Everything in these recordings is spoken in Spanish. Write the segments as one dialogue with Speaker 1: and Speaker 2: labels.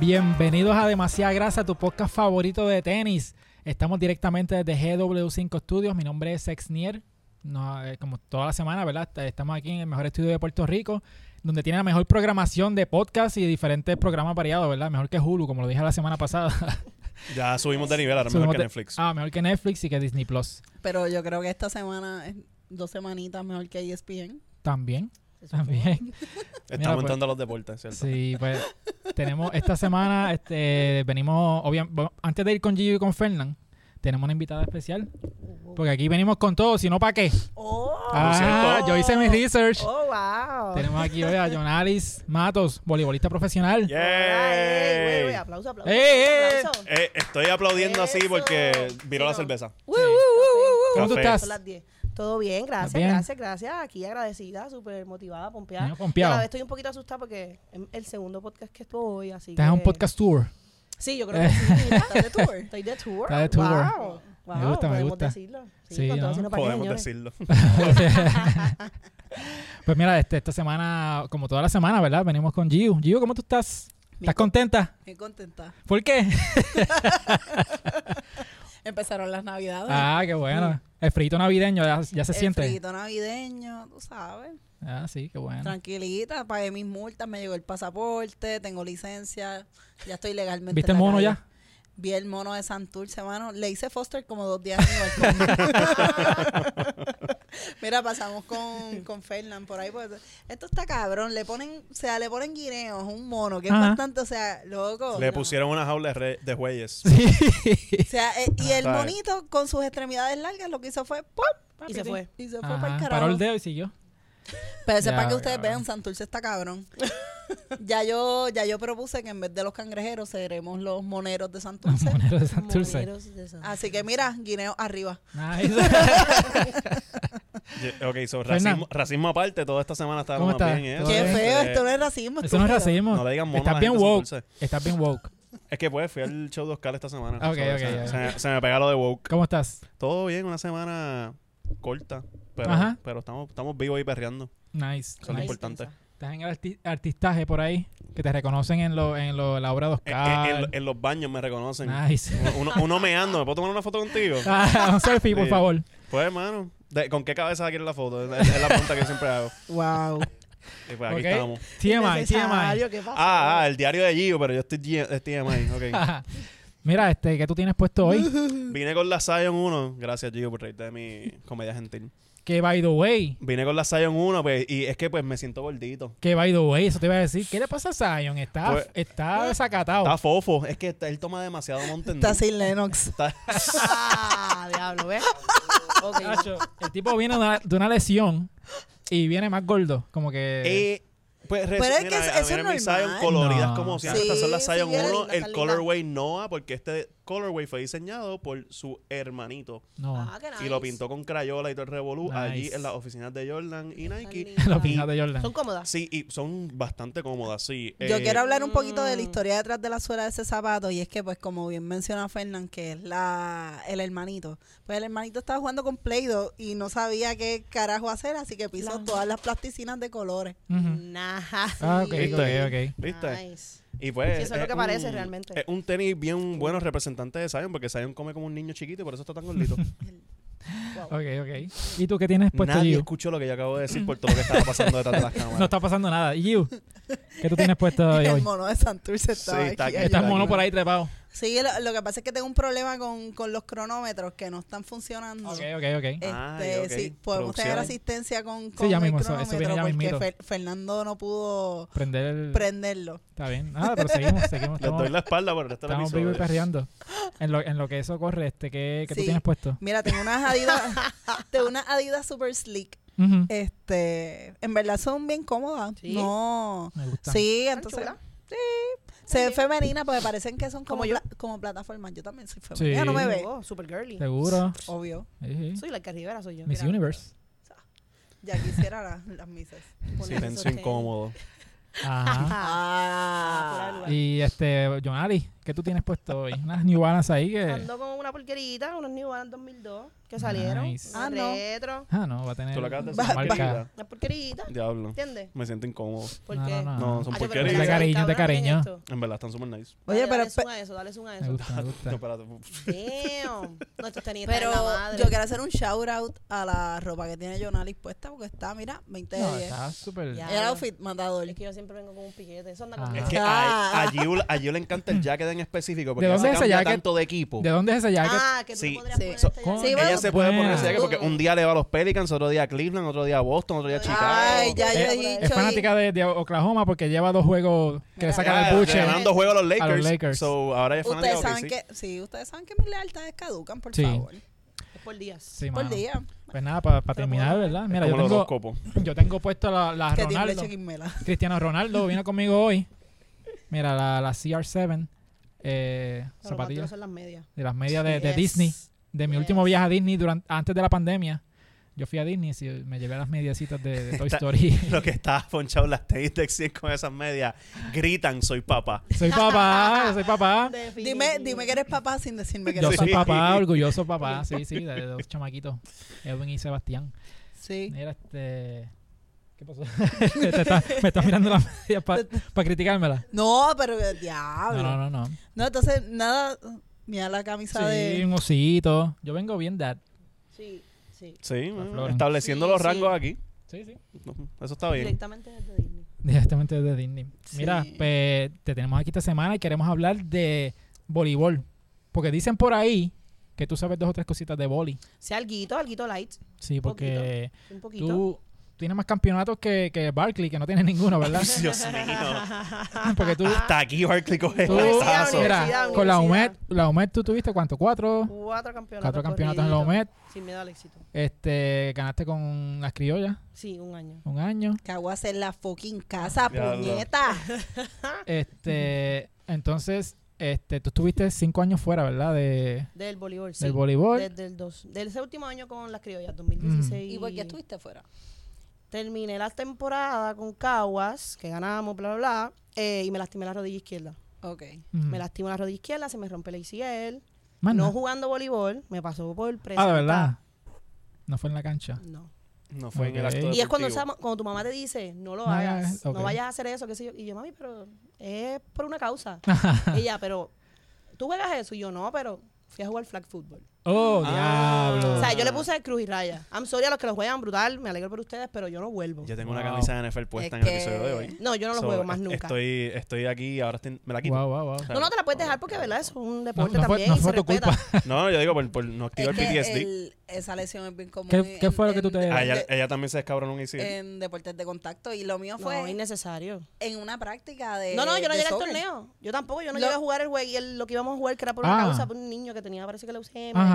Speaker 1: Bienvenidos a Demasiada Grasa, tu podcast favorito de tenis. Estamos directamente desde GW5 Studios. Mi nombre es Exnier. Nos, eh, como toda la semana, ¿verdad? Estamos aquí en el mejor estudio de Puerto Rico, donde tiene la mejor programación de podcast y diferentes programas variados, ¿verdad? Mejor que Hulu, como lo dije la semana pasada.
Speaker 2: Ya subimos de nivel, ahora
Speaker 1: Subimos
Speaker 2: mejor que
Speaker 1: de-
Speaker 2: Netflix.
Speaker 1: ah, mejor que Netflix y que Disney Plus
Speaker 3: Pero yo creo que esta semana es dos semanitas mejor que E ESPN.
Speaker 1: también.
Speaker 3: se supone.
Speaker 1: También.
Speaker 2: Estamos
Speaker 1: mira, pues.
Speaker 2: entrando a los deportes, ¿cierto?
Speaker 1: Sí, pues tenemos esta semana, este, venimos, obviamente, antes de ir con Gio y con Fernán, tenemos una invitada especial. Porque aquí venimos con todo, si no, ¿para qué?
Speaker 3: Oh,
Speaker 1: Ah,
Speaker 3: cierto.
Speaker 1: yo hice mi research.
Speaker 3: oh, wow.
Speaker 1: Tenemos aquí hoy a Jonalis Matos, voleibolista profesional.
Speaker 2: Yeah.
Speaker 3: Alright, ey, güey, güey, aplauso, aplauso.
Speaker 1: Ey, ey,
Speaker 3: aplauso.
Speaker 2: Eh, estoy aplaudiendo así
Speaker 3: Eso.
Speaker 2: porque miró la
Speaker 3: Mira.
Speaker 2: cerveza.
Speaker 3: Uy, uy,
Speaker 1: Uh,
Speaker 3: uy, uy, uy.
Speaker 1: ¿Cómo tú
Speaker 2: Café.
Speaker 1: estás?
Speaker 3: Son las 10. Todo bien, gracias,
Speaker 1: uh. Bien.
Speaker 3: gracias, gracias. Aquí agradecida, súper motivada, pompeada.
Speaker 1: Niño
Speaker 3: Y
Speaker 1: pompeado.
Speaker 3: a la vez estoy un poquito asustada porque es el segundo podcast que estoy, así
Speaker 1: Estás en un
Speaker 3: que-
Speaker 1: podcast tour.
Speaker 3: Sí, yo creo que sí. Mira, ¿Estás de tour? Estoy de tour.
Speaker 1: Estás de tour.
Speaker 3: Wow.
Speaker 1: Me
Speaker 3: Wow,
Speaker 1: gusta, me
Speaker 3: podemos
Speaker 1: gusta.
Speaker 3: Decirlo. Sí,
Speaker 1: Sí,
Speaker 3: con todo
Speaker 1: ¿no?
Speaker 3: sino para qué,
Speaker 2: Podemos
Speaker 3: señores.
Speaker 2: decirlo.
Speaker 1: pues mira, este, esta semana, como toda la semana, ¿verdad? Venimos con Gio. Gio, ¿cómo tú estás? ¿Estás contenta?
Speaker 4: Bien contenta.
Speaker 1: ¿Por qué?
Speaker 4: Empezaron las navidades.
Speaker 1: Ah, qué bueno. El frito navideño ya, ya se
Speaker 4: el
Speaker 1: siente.
Speaker 4: frito navideño, tú sabes.
Speaker 1: Ah, sí, qué bueno.
Speaker 4: Tranquilita, pagué mis multas, me llegó el pasaporte, tengo licencia, ya estoy legalmente.
Speaker 1: ¿Viste
Speaker 4: en
Speaker 1: el
Speaker 4: la
Speaker 1: mono
Speaker 4: calle.
Speaker 1: ya?
Speaker 4: Vi el mono de Santurce, hermano. Le hice foster como dos días. en mi balcón. Mira, pasamos con, con Fernán por ahí. Pues, esto está cabrón. Le ponen, o sea, le ponen guineos, un mono, que es
Speaker 1: Ajá.
Speaker 4: bastante, o sea, loco.
Speaker 2: Le
Speaker 4: No.
Speaker 2: pusieron una jaula de, re- de jueyes.
Speaker 1: Sí.
Speaker 4: O sea, eh, y el
Speaker 2: Ah, Está bien.
Speaker 4: monito con sus extremidades largas lo que hizo fue ¡pop!
Speaker 3: Y se fue.
Speaker 4: Y se fue para
Speaker 1: Ajá,
Speaker 4: el
Speaker 1: paró
Speaker 4: carajo.
Speaker 1: el dedo y siguió.
Speaker 4: Pero ese
Speaker 1: Ya,
Speaker 4: para que ustedes
Speaker 1: cabrón.
Speaker 4: vean, Santurce está cabrón. ya yo ya yo propuse que en vez de los cangrejeros seremos los moneros de
Speaker 1: Los
Speaker 4: Santurce.
Speaker 1: moneros de Santurce.
Speaker 3: Moneros de Santurce.
Speaker 4: Así que mira, guineo arriba.
Speaker 1: Nice.
Speaker 2: Ye- ok, so
Speaker 1: Fernan.
Speaker 2: racismo, racismo aparte, toda esta semana
Speaker 1: ¿Cómo estás?
Speaker 2: estábamos bien. ¿eh?
Speaker 1: ¿Todo
Speaker 4: Qué
Speaker 1: bien?
Speaker 4: feo,
Speaker 2: Eh,
Speaker 4: esto no es
Speaker 1: Eso no
Speaker 4: racismo.
Speaker 1: es
Speaker 4: estúpido.
Speaker 1: racismo.
Speaker 2: No le digan mono a
Speaker 1: Estás
Speaker 2: la
Speaker 1: bien
Speaker 2: gente,
Speaker 1: woke.
Speaker 2: Santurce.
Speaker 1: Estás bien woke.
Speaker 2: Es que pues, fui al show de Oscar esta semana.
Speaker 1: Ok,
Speaker 2: So,
Speaker 1: ok,
Speaker 2: se,
Speaker 1: ok.
Speaker 2: se- se me pega lo de woke.
Speaker 1: ¿Cómo estás?
Speaker 2: Todo bien, una semana corta. Pero,
Speaker 1: Ajá.
Speaker 2: pero estamos, estamos vivos y perreando.
Speaker 1: Nice.
Speaker 2: Eso es lo
Speaker 1: nice.
Speaker 2: importante.
Speaker 1: Estás en el arti- artistaje por ahí, que te reconocen en, lo, en lo- la obra de
Speaker 2: Eh, E, En, en-
Speaker 1: Oscar.
Speaker 2: en- en los baños me reconocen.
Speaker 1: Nice.
Speaker 2: Uno, uno- uno meando. ¿Me puedo tomar una foto contigo?
Speaker 1: Ah, un selfie, por
Speaker 2: Sí.
Speaker 1: favor.
Speaker 2: Pues, hermano, ¿de- ¿con qué cabeza quieres la foto? Es, es la pregunta que yo siempre hago.
Speaker 3: Wow.
Speaker 2: Y pues aquí
Speaker 1: Ok.
Speaker 2: estamos.
Speaker 1: TMI, TMI.
Speaker 3: Necesario, ¿qué pasa?
Speaker 2: Ah, ah, el diario de Gio, pero yo estoy G- es TMI. Ok.
Speaker 1: Ajá. Mira, este, ¿qué tú tienes puesto hoy?
Speaker 2: Vine con la Zion 1. Gracias, Gio, por reírte de mi comedia gentil.
Speaker 1: que by the way,
Speaker 2: Vine con la Zion 1, pues, y es que pues me siento gordito.
Speaker 1: que by the way, eso te iba a decir. ¿Qué le pasa a Zion? Está,
Speaker 2: Pues-
Speaker 1: está desacatado.
Speaker 2: Está fofo. Es que está- él toma demasiado Mountain
Speaker 4: Está
Speaker 2: Dew.
Speaker 4: sin Lennox.
Speaker 2: Está-
Speaker 3: Ah, diablo, ¿ves? Ok.
Speaker 1: Nacho, el tipo viene de una, de una lesión y viene más gordo. Como que.
Speaker 2: Eh, pues res-
Speaker 4: Pero es que
Speaker 2: mira,
Speaker 4: eso-
Speaker 2: a- a
Speaker 4: eso
Speaker 2: mí
Speaker 4: es
Speaker 2: mis
Speaker 4: normal.
Speaker 2: Zion coloridas
Speaker 1: No.
Speaker 2: como siempre.
Speaker 4: Sí,
Speaker 2: Estas son las
Speaker 4: sí,
Speaker 2: Zion
Speaker 4: bien
Speaker 2: 1,
Speaker 4: linda,
Speaker 2: el
Speaker 4: tan linda.
Speaker 2: colorway Noah, porque este colorway fue diseñado por su hermanito.
Speaker 1: no.
Speaker 3: Ah, qué nice.
Speaker 2: Y lo pintó con crayola y todo el revolú
Speaker 1: Nice.
Speaker 2: allí en las oficinas de Jordan y
Speaker 3: Tan
Speaker 2: Nike.
Speaker 3: linda.
Speaker 1: la opinión de Jordan.
Speaker 3: Son cómodas.
Speaker 2: Sí, y son bastante cómodas, sí.
Speaker 4: Yo
Speaker 2: Eh,
Speaker 4: quiero hablar un poquito de la
Speaker 3: mm.
Speaker 4: historia detrás de la suela de ese zapato y es que pues como bien menciona Fernán que es la el hermanito, pues el hermanito estaba jugando con Play-Doh y no sabía qué carajo hacer, así que pisó
Speaker 3: La-
Speaker 4: todas las plasticinas de colores.
Speaker 1: Ujú.
Speaker 3: Nah.
Speaker 1: Ah, ok,
Speaker 2: ¿Viste?
Speaker 1: ok, ok.
Speaker 2: ¿Viste?
Speaker 3: Nice.
Speaker 2: Y pues,
Speaker 3: Sí, eso es lo que
Speaker 2: un-
Speaker 3: parece realmente.
Speaker 2: Es un tenis bien bueno representante de Zion, porque Zion come como un niño chiquito y por eso está tan gordito.
Speaker 1: Ok, ok. ¿Y tú qué tienes puesto,
Speaker 2: Nadie
Speaker 1: Gio?
Speaker 2: escuchó lo que yo acabo de decir por todo lo que estaba pasando detrás de las cámaras.
Speaker 1: Pues No está pasando nada. ¿Y Gio? ¿Qué tú tienes puesto hoy?
Speaker 4: El
Speaker 1: hoy?
Speaker 4: mono de Santurce estaba
Speaker 2: Sí, está
Speaker 4: aquí
Speaker 2: aquí,
Speaker 1: Estás
Speaker 2: Ayuda,
Speaker 1: mono
Speaker 2: ayuda.
Speaker 1: por ahí trepado.
Speaker 4: Sí, lo, lo que pasa es que tengo un problema con, con los cronómetros que no están funcionando.
Speaker 1: Ok, ok, ok.
Speaker 4: Este,
Speaker 2: Ay, ok.
Speaker 4: sí, podemos tener
Speaker 2: Producción.
Speaker 4: asistencia con,
Speaker 1: Sí,
Speaker 4: con
Speaker 1: ya
Speaker 4: el
Speaker 1: mismo, eso- eso
Speaker 4: cronómetro
Speaker 1: viene ya mismito.
Speaker 4: porque Fer- Fernando no pudo
Speaker 1: Prender el...
Speaker 4: prenderlo.
Speaker 1: Está bien. Nada, pero seguimos, seguimos.
Speaker 2: Les
Speaker 1: Estamos,
Speaker 2: doy la espalda por el resto del
Speaker 1: estamos vivos y
Speaker 2: episodio.
Speaker 1: perreando. En lo, en lo que eso corre, este, ¿qué, qué tú
Speaker 4: Sí.
Speaker 1: tienes puesto?
Speaker 4: Mira, tengo unas Adidas, tengo unas Adidas super sleek.
Speaker 1: Ujú.
Speaker 4: Eh, Este, en verdad son bien cómodas.
Speaker 3: Sí.
Speaker 4: No.
Speaker 1: Me gusta.
Speaker 4: Sí,
Speaker 3: Tan
Speaker 4: entonces
Speaker 3: chula.
Speaker 4: se ven
Speaker 3: Ok.
Speaker 4: femeninas porque parecen que son como,
Speaker 3: Como yo.
Speaker 4: pla- como plataformas. Yo también soy femenina.
Speaker 1: Sí.
Speaker 4: No me ve,
Speaker 3: Oh, super girly.
Speaker 1: Seguro.
Speaker 4: obvio.
Speaker 1: Sí, sí.
Speaker 3: Soy la que Rivera, soy yo.
Speaker 1: Miss
Speaker 3: Mira.
Speaker 1: Universe.
Speaker 4: Ya quisiera las, las misas.
Speaker 2: Silencio incómodo.
Speaker 1: Ajá.
Speaker 3: Ah, fuera de
Speaker 4: Ah.
Speaker 3: lugar.
Speaker 1: Y este, Jonali, ¿Qué tú tienes puesto hoy? Unas New Balance ahí que...
Speaker 5: Ando con una porquerita, unos New Balance 2002 que salieron.
Speaker 1: Nice.
Speaker 5: una
Speaker 4: Ah, no.
Speaker 5: Retro.
Speaker 1: Ah, no, va a tener...
Speaker 2: Tú lo acabas de
Speaker 1: la
Speaker 2: decir.
Speaker 1: marca.
Speaker 2: porquerita.
Speaker 5: Una porquerita,
Speaker 2: Diablo.
Speaker 5: ¿entiendes?
Speaker 2: Me siento incómodo.
Speaker 5: Porque.
Speaker 1: No, no, no.
Speaker 2: No, son
Speaker 5: Ah, yo, pero
Speaker 2: porquerías.
Speaker 5: espérate,
Speaker 1: De cariño,
Speaker 5: cabrón,
Speaker 1: de cariño.
Speaker 5: ¿qué es esto?
Speaker 2: En verdad, están súper nice.
Speaker 4: Oye,
Speaker 5: Dale,
Speaker 4: pero
Speaker 5: Dale
Speaker 4: pe-
Speaker 5: zoom a eso, dale zoom a
Speaker 1: Me
Speaker 5: eso.
Speaker 1: gusta, me gusta.
Speaker 2: No, espérate.
Speaker 5: Damn. No, esto tenía que
Speaker 4: Pero
Speaker 5: estar en la madre.
Speaker 4: yo quiero hacer un shout out a la ropa que tiene Jonalis puesta porque está, mira, 20 de
Speaker 1: No,
Speaker 4: 10.
Speaker 1: está súper...
Speaker 5: Ya.
Speaker 4: El outfit matador.
Speaker 5: Es que yo siempre vengo con un piquete. Eso anda
Speaker 1: Ah.
Speaker 5: con
Speaker 2: Es que
Speaker 4: Ah.
Speaker 2: a, a Gio, a Gio le encanta el jacket en específico porque
Speaker 1: ¿De
Speaker 2: ella
Speaker 1: dónde
Speaker 2: se
Speaker 1: es ese
Speaker 2: cambia
Speaker 1: jacket?
Speaker 2: tanto de equipo.
Speaker 1: ¿De dónde es ese jacket?
Speaker 5: Ah, que tú
Speaker 2: Sí.
Speaker 5: podrías
Speaker 4: Sí.
Speaker 5: poner
Speaker 2: So-
Speaker 5: este ya.
Speaker 1: Sí,
Speaker 2: ella
Speaker 4: bueno,
Speaker 2: se puede poner
Speaker 1: buena.
Speaker 2: ese jacket porque un día le va a los Pelicans, otro día a Cleveland, otro día a Boston, otro día a Chicago.
Speaker 4: Ay, ya yo
Speaker 1: Es-
Speaker 4: he dicho.
Speaker 1: Es fanática de, de Oklahoma porque lleva dos juegos que le sacan
Speaker 2: Ah,
Speaker 1: el buche.
Speaker 2: ganando juego a los Lakers.
Speaker 1: Lakers.
Speaker 2: So, ahora es
Speaker 4: y-
Speaker 2: fanática
Speaker 4: Ustedes
Speaker 2: de
Speaker 4: saben
Speaker 2: OKC.
Speaker 4: que, sí, ustedes saben que mis lealtades caducan, por
Speaker 1: Sí.
Speaker 4: favor.
Speaker 5: Es por días.
Speaker 1: Sí,
Speaker 4: Por
Speaker 1: mano.
Speaker 4: día.
Speaker 1: Pues nada, para terminar, ¿verdad? Mira, yo
Speaker 2: Como los
Speaker 1: tengo,
Speaker 2: horóscopos.
Speaker 1: yo tengo puesto la, la
Speaker 4: Que tiene
Speaker 1: Ronaldo.
Speaker 4: chiquimela.
Speaker 1: Cristiano Ronaldo vino conmigo hoy. Mira, la, la CR7. Eh,
Speaker 5: Pero para ti no
Speaker 1: zapatillas
Speaker 5: son las medias.
Speaker 1: de las medias de, de
Speaker 5: Yes.
Speaker 1: Disney. De mi
Speaker 5: Yes.
Speaker 1: último viaje a Disney durante, antes de la pandemia. Yo fui a Disney y me llevé las mediecitas de, de Toy
Speaker 2: Está-
Speaker 1: Story.
Speaker 2: Lo que está ponchado en las tenis de 100 con esas medias gritan, soy papá.
Speaker 1: soy papá, soy papá.
Speaker 4: Dime, dime que eres papá sin decirme que
Speaker 1: Yo
Speaker 4: eres
Speaker 1: soy
Speaker 2: Sí.
Speaker 1: papá, orgulloso papá. Sí, sí, de dos chamaquitos. Edwin y Sebastián.
Speaker 4: Sí.
Speaker 1: Mira, este... ¿Qué pasó? Te está- me estás mirando las medias para criticármela.
Speaker 4: No, pero eh,
Speaker 1: No,
Speaker 4: diablo. No,
Speaker 1: no, no, no.
Speaker 4: entonces, nada. Mira la camisa
Speaker 1: Sí,
Speaker 4: de.
Speaker 1: un osito. Yo vengo bien dad.
Speaker 5: Sí, sí.
Speaker 2: Sí,
Speaker 1: La
Speaker 2: eh,
Speaker 1: flor.
Speaker 2: estableciendo
Speaker 5: Sí,
Speaker 2: los
Speaker 5: sí.
Speaker 2: rangos aquí.
Speaker 1: Sí, sí.
Speaker 2: No, Eso está bien.
Speaker 5: Directamente desde Disney.
Speaker 1: Directamente desde Disney.
Speaker 4: Sí.
Speaker 1: Mira, pues, te tenemos aquí esta semana y queremos hablar de voleibol. Porque dicen por ahí que tú sabes dos o tres cositas de voli.
Speaker 5: Sí, alguito, alguito light.
Speaker 1: Sí, porque
Speaker 5: Un poquito.
Speaker 1: tú tienes más campeonatos que, que Barkley, que no tienes ninguno, ¿verdad?
Speaker 2: Dios mío.
Speaker 1: porque tú,
Speaker 2: Hasta aquí Barkley coge
Speaker 1: tú
Speaker 5: Universidad,
Speaker 2: paso.
Speaker 1: mira,
Speaker 5: universidad,
Speaker 1: con la UMED,
Speaker 5: universidad.
Speaker 1: la UMED tú tuviste cuánto, cuatro,
Speaker 5: Cuatro campeonatos.
Speaker 1: cuatro campeonatos en la
Speaker 5: corriditos,
Speaker 1: UMED,
Speaker 5: Sin miedo al éxito.
Speaker 1: este, ganaste con las criollas
Speaker 5: Sí, un año.
Speaker 1: un año,
Speaker 4: Caguas en la fucking casa,
Speaker 2: Diablo.
Speaker 4: puñeta.
Speaker 5: Ah.
Speaker 1: este, entonces, este, tú estuviste cinco años fuera, ¿verdad? De,
Speaker 5: Del voleibol, sí.
Speaker 1: del voleibol.
Speaker 5: Desde el dos, del ese último año con las criollas, 2016.
Speaker 4: Mm. ¿Y por qué estuviste fuera?
Speaker 5: Terminé la temporada con Caguas, que ganamos, bla, bla, bla. eh, y me lastimé la rodilla izquierda.
Speaker 4: Ok.
Speaker 1: Ujú.
Speaker 5: Me lastimé la rodilla izquierda, se me rompe el ACL.
Speaker 1: Más
Speaker 5: No
Speaker 1: nada.
Speaker 5: jugando voleibol, me pasó por presa.
Speaker 1: Ah, de verdad. No fue en la cancha.
Speaker 5: No.
Speaker 2: No fue en el
Speaker 1: Ok.
Speaker 2: acto
Speaker 5: Y es cuando,
Speaker 2: deportivo.
Speaker 5: esa- cuando tu mamá te dice, no lo
Speaker 1: No
Speaker 5: hagas,
Speaker 1: hagas, Ah, ok.
Speaker 5: no vayas a hacer eso, qué sé yo. Y yo, mami, pero es por una causa. Ella, pero tú juegas eso. Y yo, no, pero fui a jugar flag football.
Speaker 1: Oh,
Speaker 2: Ah.
Speaker 1: diablo.
Speaker 5: O sea, yo le puse cruz y raya. I'm sorry a los que lo juegan brutal, me alegro por ustedes, pero yo no vuelvo.
Speaker 2: Yo tengo una
Speaker 1: Wow.
Speaker 2: camisa de NFL puesta
Speaker 4: Es
Speaker 2: en el
Speaker 4: que-
Speaker 2: episodio de hoy.
Speaker 5: No, yo no lo
Speaker 2: So,
Speaker 5: juego más
Speaker 2: es-
Speaker 5: nunca.
Speaker 2: Estoy, estoy aquí, ahora estoy- me la quito.
Speaker 1: Wow, wow, wow.
Speaker 5: No, no te la puedes dejar porque, ¿verdad? Es un deporte
Speaker 1: no fue-
Speaker 5: también
Speaker 1: no
Speaker 5: y
Speaker 1: fue
Speaker 5: se
Speaker 1: tu
Speaker 5: respeta.
Speaker 1: culpa.
Speaker 2: No, yo digo por, por no
Speaker 4: Es
Speaker 2: activar
Speaker 4: que
Speaker 2: PTSD.
Speaker 4: el- esa lesión es bien común.
Speaker 1: ¿Qué- qué
Speaker 4: en-
Speaker 1: fue lo que tú
Speaker 4: en-
Speaker 1: te-
Speaker 2: Ah, ella,
Speaker 4: de-
Speaker 2: ella también se descabró en un ICL.
Speaker 5: Eh,
Speaker 4: en deportes de contacto. Y lo mío fue
Speaker 5: No, innecesario.
Speaker 4: en una práctica de.
Speaker 5: No, no, yo no
Speaker 4: de
Speaker 5: llegué al
Speaker 4: soccer.
Speaker 5: torneo. Yo tampoco, yo no
Speaker 4: Lo-
Speaker 5: llegué a jugar el juego y el- lo que íbamos a jugar que era por una
Speaker 1: Ah.
Speaker 5: causa, por un niño que tenía, parece que leucemia.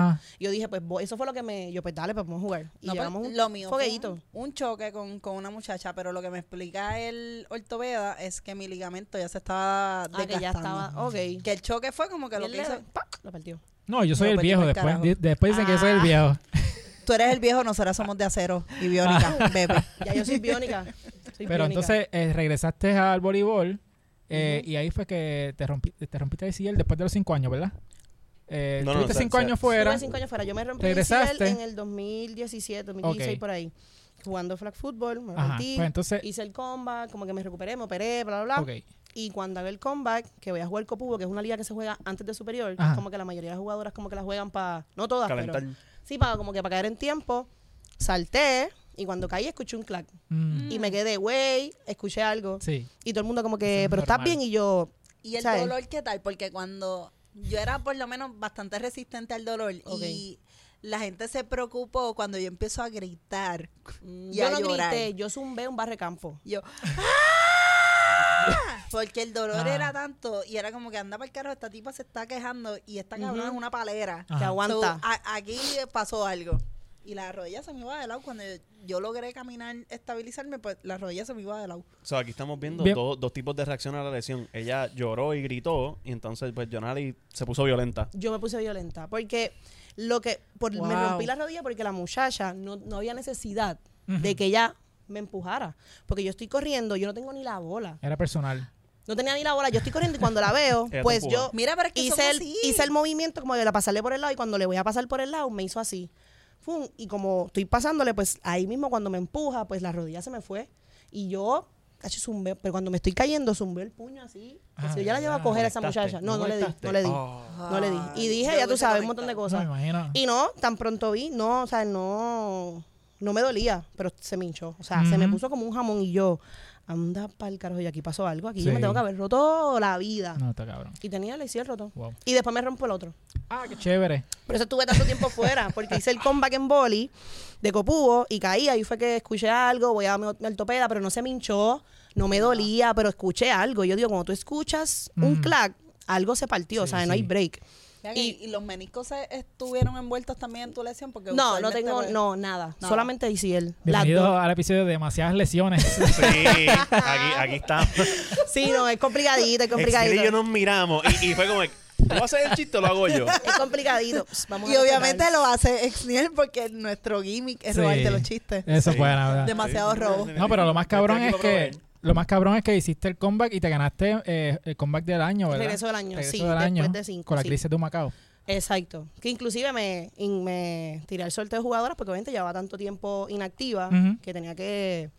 Speaker 1: Ajá.
Speaker 5: Y yo dije, pues voy- eso fue lo que me. Yo, pues dale, pues vamos a jugar. Y
Speaker 4: No, pues,
Speaker 5: llevamos un
Speaker 4: lo mío fue
Speaker 5: fogueíto.
Speaker 4: un- un choque con, con una muchacha, pero lo que me explica el ortopeda es que mi ligamento ya se estaba
Speaker 5: Ah, que ya
Speaker 4: desgastando.
Speaker 5: estaba. Ok.
Speaker 4: Que el choque fue como que lo
Speaker 5: Bien
Speaker 4: que
Speaker 5: leve,
Speaker 4: hizo-
Speaker 5: ¡pac! Lo partió.
Speaker 1: No, yo soy
Speaker 4: No,
Speaker 1: el
Speaker 4: pues,
Speaker 1: viejo.
Speaker 4: dime el
Speaker 1: Después,
Speaker 4: carajo.
Speaker 1: di- después dicen que soy el
Speaker 5: Ah.
Speaker 1: viejo.
Speaker 4: Tú eres el viejo, nosotras somos de acero y biónica, bebé.
Speaker 5: Ya yo soy biónica. Soy
Speaker 1: Pero
Speaker 5: biónica.
Speaker 1: entonces eh, regresaste al voleibol eh, y ahí fue que te, rompi- te rompiste el CL después de los cinco años, ¿verdad? Eh,
Speaker 2: No, no,
Speaker 1: tuviste
Speaker 2: o sea,
Speaker 1: cinco
Speaker 2: o sea,
Speaker 1: años
Speaker 5: Estuve
Speaker 1: fuera.
Speaker 5: cinco años fuera. Yo me rompí el
Speaker 1: Regresaste.
Speaker 5: ACL en el 2017, 2016,
Speaker 1: Ok.
Speaker 5: por ahí. Jugando flag football, me
Speaker 1: Ajá.
Speaker 5: rompí.
Speaker 1: Pues entonces,
Speaker 5: Hice el comeback, como que me recuperé, me operé, bla, bla, bla.
Speaker 1: ok.
Speaker 5: Y cuando hago el comeback, que voy a jugar Copubo, que es una liga que se juega antes de superior, que
Speaker 1: Ajá.
Speaker 5: es como que la mayoría de las jugadoras como que la juegan para, no todas,
Speaker 2: Calentar.
Speaker 5: pero sí, para como que para caer en tiempo, salté y cuando caí escuché un clac.
Speaker 1: Mm,
Speaker 5: Y me quedé, güey, escuché algo.
Speaker 1: sí.
Speaker 5: Y todo el mundo como
Speaker 1: Eso
Speaker 5: que,
Speaker 1: es
Speaker 5: pero estás
Speaker 1: normal.
Speaker 5: bien y yo,
Speaker 4: ¿Y el
Speaker 5: ¿Sabes?
Speaker 4: dolor qué tal? Porque cuando yo era por lo menos bastante resistente al dolor
Speaker 5: Ok.
Speaker 4: y la gente se preocupó cuando yo empiezo a gritar. Y
Speaker 5: Mm, yo
Speaker 4: a
Speaker 5: no
Speaker 4: llorar.
Speaker 5: grité, yo zumbé un barrecampo.
Speaker 4: Yo, ¡Ah! Porque el dolor
Speaker 1: Ah.
Speaker 4: era tanto y era como que anda para el carro, esta tipa se está quejando y esta cabrona
Speaker 5: Ujú.
Speaker 4: es una palera.
Speaker 1: Ajá.
Speaker 5: Te aguanta. Ah,
Speaker 4: So, a- aquí pasó algo. Y la rodilla se me iba de lado. Cuando yo, yo logré caminar, estabilizarme, pues la rodilla se me iba de lado.
Speaker 2: O sea, aquí estamos viendo
Speaker 1: Bien.
Speaker 2: dos, dos tipos de reacción a la lesión. Ella lloró y gritó, y entonces, pues, Jonali se puso violenta.
Speaker 5: yo me puse violenta porque lo que por- me
Speaker 4: Wow.
Speaker 5: rompí la rodilla porque la muchacha no, no había necesidad de que ella me empujara porque yo estoy corriendo yo no tengo ni la bola
Speaker 1: Era personal.
Speaker 5: No tenía ni la bola. Yo estoy corriendo y cuando la veo,
Speaker 2: Ella te
Speaker 5: pues
Speaker 2: empuja.
Speaker 5: yo
Speaker 4: Mira, pero es que somos
Speaker 5: hice, el,
Speaker 4: así.
Speaker 5: hice el movimiento como de la pasarle por el lado y cuando le voy a pasar por el lado me hizo así. Fum, y como estoy pasándole, pues ahí mismo cuando me empuja, pues la rodilla se me fue. Y yo, cacho, zumbé, pero cuando me estoy cayendo, zumbé el puño así.
Speaker 1: Ah,
Speaker 5: Así, yo la llevo a
Speaker 1: ¿verdad?
Speaker 5: coger a esa
Speaker 2: Conectaste.
Speaker 5: muchacha. No,
Speaker 2: No
Speaker 5: no, le di,
Speaker 2: conectaste.
Speaker 5: no le di.
Speaker 1: Oh.
Speaker 5: No le di. Y dije, ya tú sabes, un montón de
Speaker 1: No, me
Speaker 5: cosas.
Speaker 1: imagino.
Speaker 5: Y no, tan pronto vi, no, o sea, no, no me dolía, pero se me hinchó. O sea, se me
Speaker 1: Ujú.
Speaker 5: puso como un jamón y yo, anda pa'l carajo, y aquí pasó algo, aquí yo
Speaker 1: Sí.
Speaker 5: me tengo que haber roto la vida.
Speaker 1: No, está cabrón.
Speaker 5: Y tenía el hicieron roto.
Speaker 1: Wow.
Speaker 5: Y después me rompo el otro.
Speaker 1: Ah, qué chévere.
Speaker 5: Por eso estuve tanto tiempo fuera, porque hice el comeback en boli de Copúo y caí. Ahí fue que escuché algo, voy a mi mi ortopeda, pero no se me hinchó, no me dolía, pero escuché algo. Yo digo, cuando tú escuchas un
Speaker 1: Ujú.
Speaker 5: clac, algo se partió, o
Speaker 1: Mm. Sí,
Speaker 5: sea,
Speaker 1: sí.
Speaker 5: no hay break.
Speaker 4: Vean,
Speaker 5: Y-
Speaker 4: y, y los meniscos se estuvieron envueltos también en tu lesión porque
Speaker 5: No, no
Speaker 4: usualmente,
Speaker 5: tengo,
Speaker 4: pues,
Speaker 5: no, nada.
Speaker 4: Nada.
Speaker 5: Solamente ICL. Las
Speaker 1: Bienvenido
Speaker 5: dos.
Speaker 1: al episodio de demasiadas lesiones.
Speaker 2: Sí, aquí, aquí está.
Speaker 5: Sí, no, es complicadito, es
Speaker 2: Excel y
Speaker 5: complicadito.
Speaker 2: yo nos miramos y, y fue como, ¿tú vas a hacer el chiste o lo hago yo?
Speaker 5: Es complicadito. Pss, Vamos
Speaker 4: Y
Speaker 5: a
Speaker 4: obviamente
Speaker 5: respetar.
Speaker 4: lo hace Exniel porque nuestro gimmick es
Speaker 1: Sí. Eh,
Speaker 4: robarte los chistes.
Speaker 1: Eso
Speaker 2: Sí. Este
Speaker 1: fue, la verdad.
Speaker 4: Demasiado robo.
Speaker 1: No, pero lo más cabrón es
Speaker 2: Estoy aquí para
Speaker 1: que
Speaker 2: probar.
Speaker 1: lo más cabrón es que hiciste el comeback y te ganaste eh, el comeback del año, ¿verdad?
Speaker 5: Regreso del año,
Speaker 1: Regreso
Speaker 5: sí,
Speaker 1: del año,
Speaker 5: después de cinco.
Speaker 1: con la
Speaker 5: sí.
Speaker 1: crisis de Macao.
Speaker 5: Exacto. Que inclusive me, in- me tiré al sorteo de jugadoras porque obviamente llevaba tanto tiempo inactiva
Speaker 1: Ujú.
Speaker 5: que tenía que...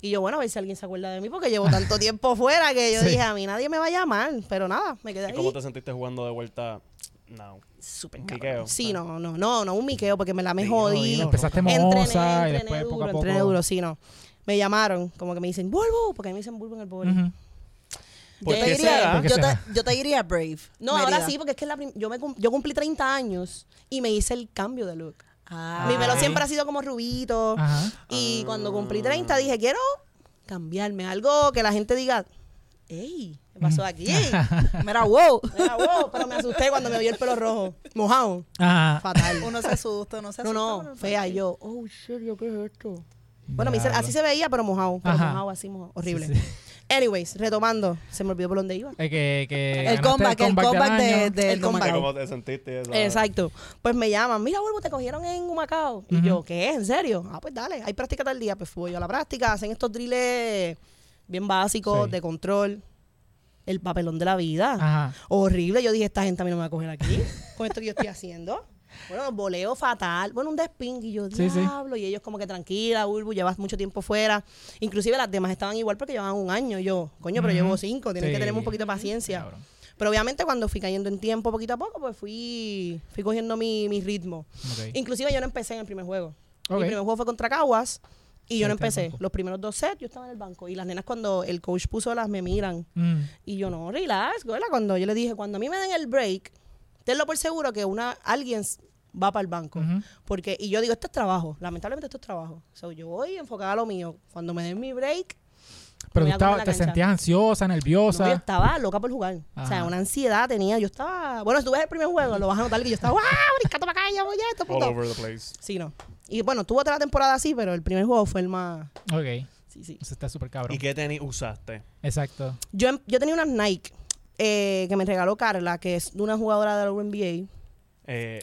Speaker 5: Y yo, bueno, a ver si alguien se acuerda de mí porque llevo tanto tiempo fuera que yo
Speaker 1: Sí.
Speaker 5: dije, a mí nadie me va a llamar. Pero nada, me quedé
Speaker 2: ¿Y cómo
Speaker 5: ahí.
Speaker 2: te sentiste jugando de vuelta? No.
Speaker 5: Súper
Speaker 2: Un
Speaker 5: cabrón.
Speaker 2: miqueo,
Speaker 5: Sí,
Speaker 2: ah.
Speaker 5: no, no, no, no, un miqueo porque me la me
Speaker 2: Sí,
Speaker 5: jodí.
Speaker 2: jodido.
Speaker 1: Empezaste
Speaker 5: Entrené,
Speaker 1: moza y
Speaker 5: entrené
Speaker 1: después
Speaker 5: duro,
Speaker 1: poco a poco.
Speaker 5: entrené duro, sí, no. Me llamaron, como que me dicen, Bulbo, porque a mí me dicen Bulbo en el bowling.
Speaker 1: Ujú.
Speaker 2: ¿Por
Speaker 5: Yo
Speaker 2: qué
Speaker 5: te diría-
Speaker 2: será?
Speaker 1: ¿Por qué
Speaker 4: Yo te,
Speaker 1: será?
Speaker 4: yo te diría Brave.
Speaker 5: No,
Speaker 4: Mérida.
Speaker 5: ahora sí, porque es que es la prim- yo, me cum- yo cumplí 30 años y me hice el cambio de look.
Speaker 4: Ah.
Speaker 5: Mi pelo
Speaker 1: ok.
Speaker 5: siempre ha sido como rubito.
Speaker 1: Ajá.
Speaker 5: Y
Speaker 2: Ah.
Speaker 5: cuando cumplí 30 dije, quiero cambiarme algo que la gente diga, ¡Ey! ¿Qué
Speaker 1: Mm.
Speaker 5: pasó aquí?
Speaker 4: Mira, wow.
Speaker 5: Era wow, pero me asusté cuando me vi el pelo rojo. Mojado.
Speaker 1: Ajá.
Speaker 5: Fatal.
Speaker 4: Uno se asusta, no se
Speaker 5: No,
Speaker 4: asusta.
Speaker 5: no, fea. Y yo, oh, shit, yo, ¿qué es esto? Bueno, me hice-
Speaker 1: Diablo.
Speaker 5: así se veía, pero mojado. Pero
Speaker 1: Ajá.
Speaker 5: mojado, así mojado. Horrible.
Speaker 1: Sí, sí.
Speaker 5: Anyways, retomando. Se me olvidó por dónde iba.
Speaker 1: Eh, que, que ganaste
Speaker 4: El comeback, el comeback
Speaker 1: del
Speaker 4: de,
Speaker 1: año.
Speaker 4: de-
Speaker 5: El
Speaker 4: de
Speaker 5: comeback.
Speaker 2: ¿De
Speaker 4: Macao.
Speaker 2: ¿Cómo te sentiste? esa-
Speaker 5: Exacto. Pues me llaman, mira, vuelvo, te cogieron en Humacao. Y yo, ¿qué? ¿En serio? Ah, pues dale, hay práctica tal día. Pues fui yo a la práctica, hacen estos drills bien básicos,
Speaker 1: Sí. Ah.
Speaker 5: de control, el papelón de la vida.
Speaker 1: Ajá.
Speaker 5: Horrible. Yo dije, esta gente a mí no me va a coger aquí, con esto que yo estoy haciendo. Bueno, voleo fatal. Bueno, un desping. Y yo,
Speaker 1: Sí, sí.
Speaker 5: diablo. Y ellos como que tranquila, Urbu, llevas mucho tiempo fuera. Inclusive las demás estaban igual porque llevaban un año. Y yo, coño, pero
Speaker 1: Ujú.
Speaker 5: llevo cinco. Tienen
Speaker 1: Sí.
Speaker 5: que tener un poquito de paciencia.
Speaker 1: Cabrón.
Speaker 5: Pero obviamente cuando fui cayendo en tiempo poquito a poco, pues fui, fui cogiendo mi, mi ritmo.
Speaker 1: Ok.
Speaker 5: Inclusive yo no empecé en el primer juego.
Speaker 1: Ok.
Speaker 5: Mi primer juego fue contra Caguas y yo
Speaker 1: Estuviste en el
Speaker 5: no empecé.
Speaker 1: Este banco.
Speaker 5: Los primeros dos sets yo estaba en el banco y las nenas cuando el coach puso las me miran
Speaker 1: Mm.
Speaker 5: y yo no, relax, güey. Cuando yo le dije, cuando a mí me den el break, tenlo por seguro que una alguien s- va para el banco.
Speaker 1: Ujú.
Speaker 5: Porque, y yo digo, esto es trabajo, lamentablemente esto es trabajo. So, yo voy enfocada a lo mío. Cuando me den mi break,
Speaker 1: Pero tú
Speaker 5: voy a comer
Speaker 1: estabas-
Speaker 5: la
Speaker 1: te
Speaker 5: cancha.
Speaker 1: sentías ansiosa, nerviosa.
Speaker 5: no, yo estaba loca por jugar. O
Speaker 1: Ajá.
Speaker 5: sea, una ansiedad tenía. Yo estaba. Bueno, si tú ves el primer juego, lo vas a notar que yo estaba. ¡Wow! Brincando para acá, ya voy a esto,
Speaker 2: All
Speaker 5: puto.
Speaker 2: over the place.
Speaker 5: Sí, no. Y bueno, tuvo otra temporada así, pero el primer juego fue el más.
Speaker 1: Ok.
Speaker 5: Sí, sí.
Speaker 1: Eso está súper cabrón.
Speaker 2: ¿Y qué tenis usaste?
Speaker 1: Exacto.
Speaker 5: Yo, em- yo tenía unas Nike eh, que me regaló Carla, que es una jugadora de la WNBA.
Speaker 2: Eh,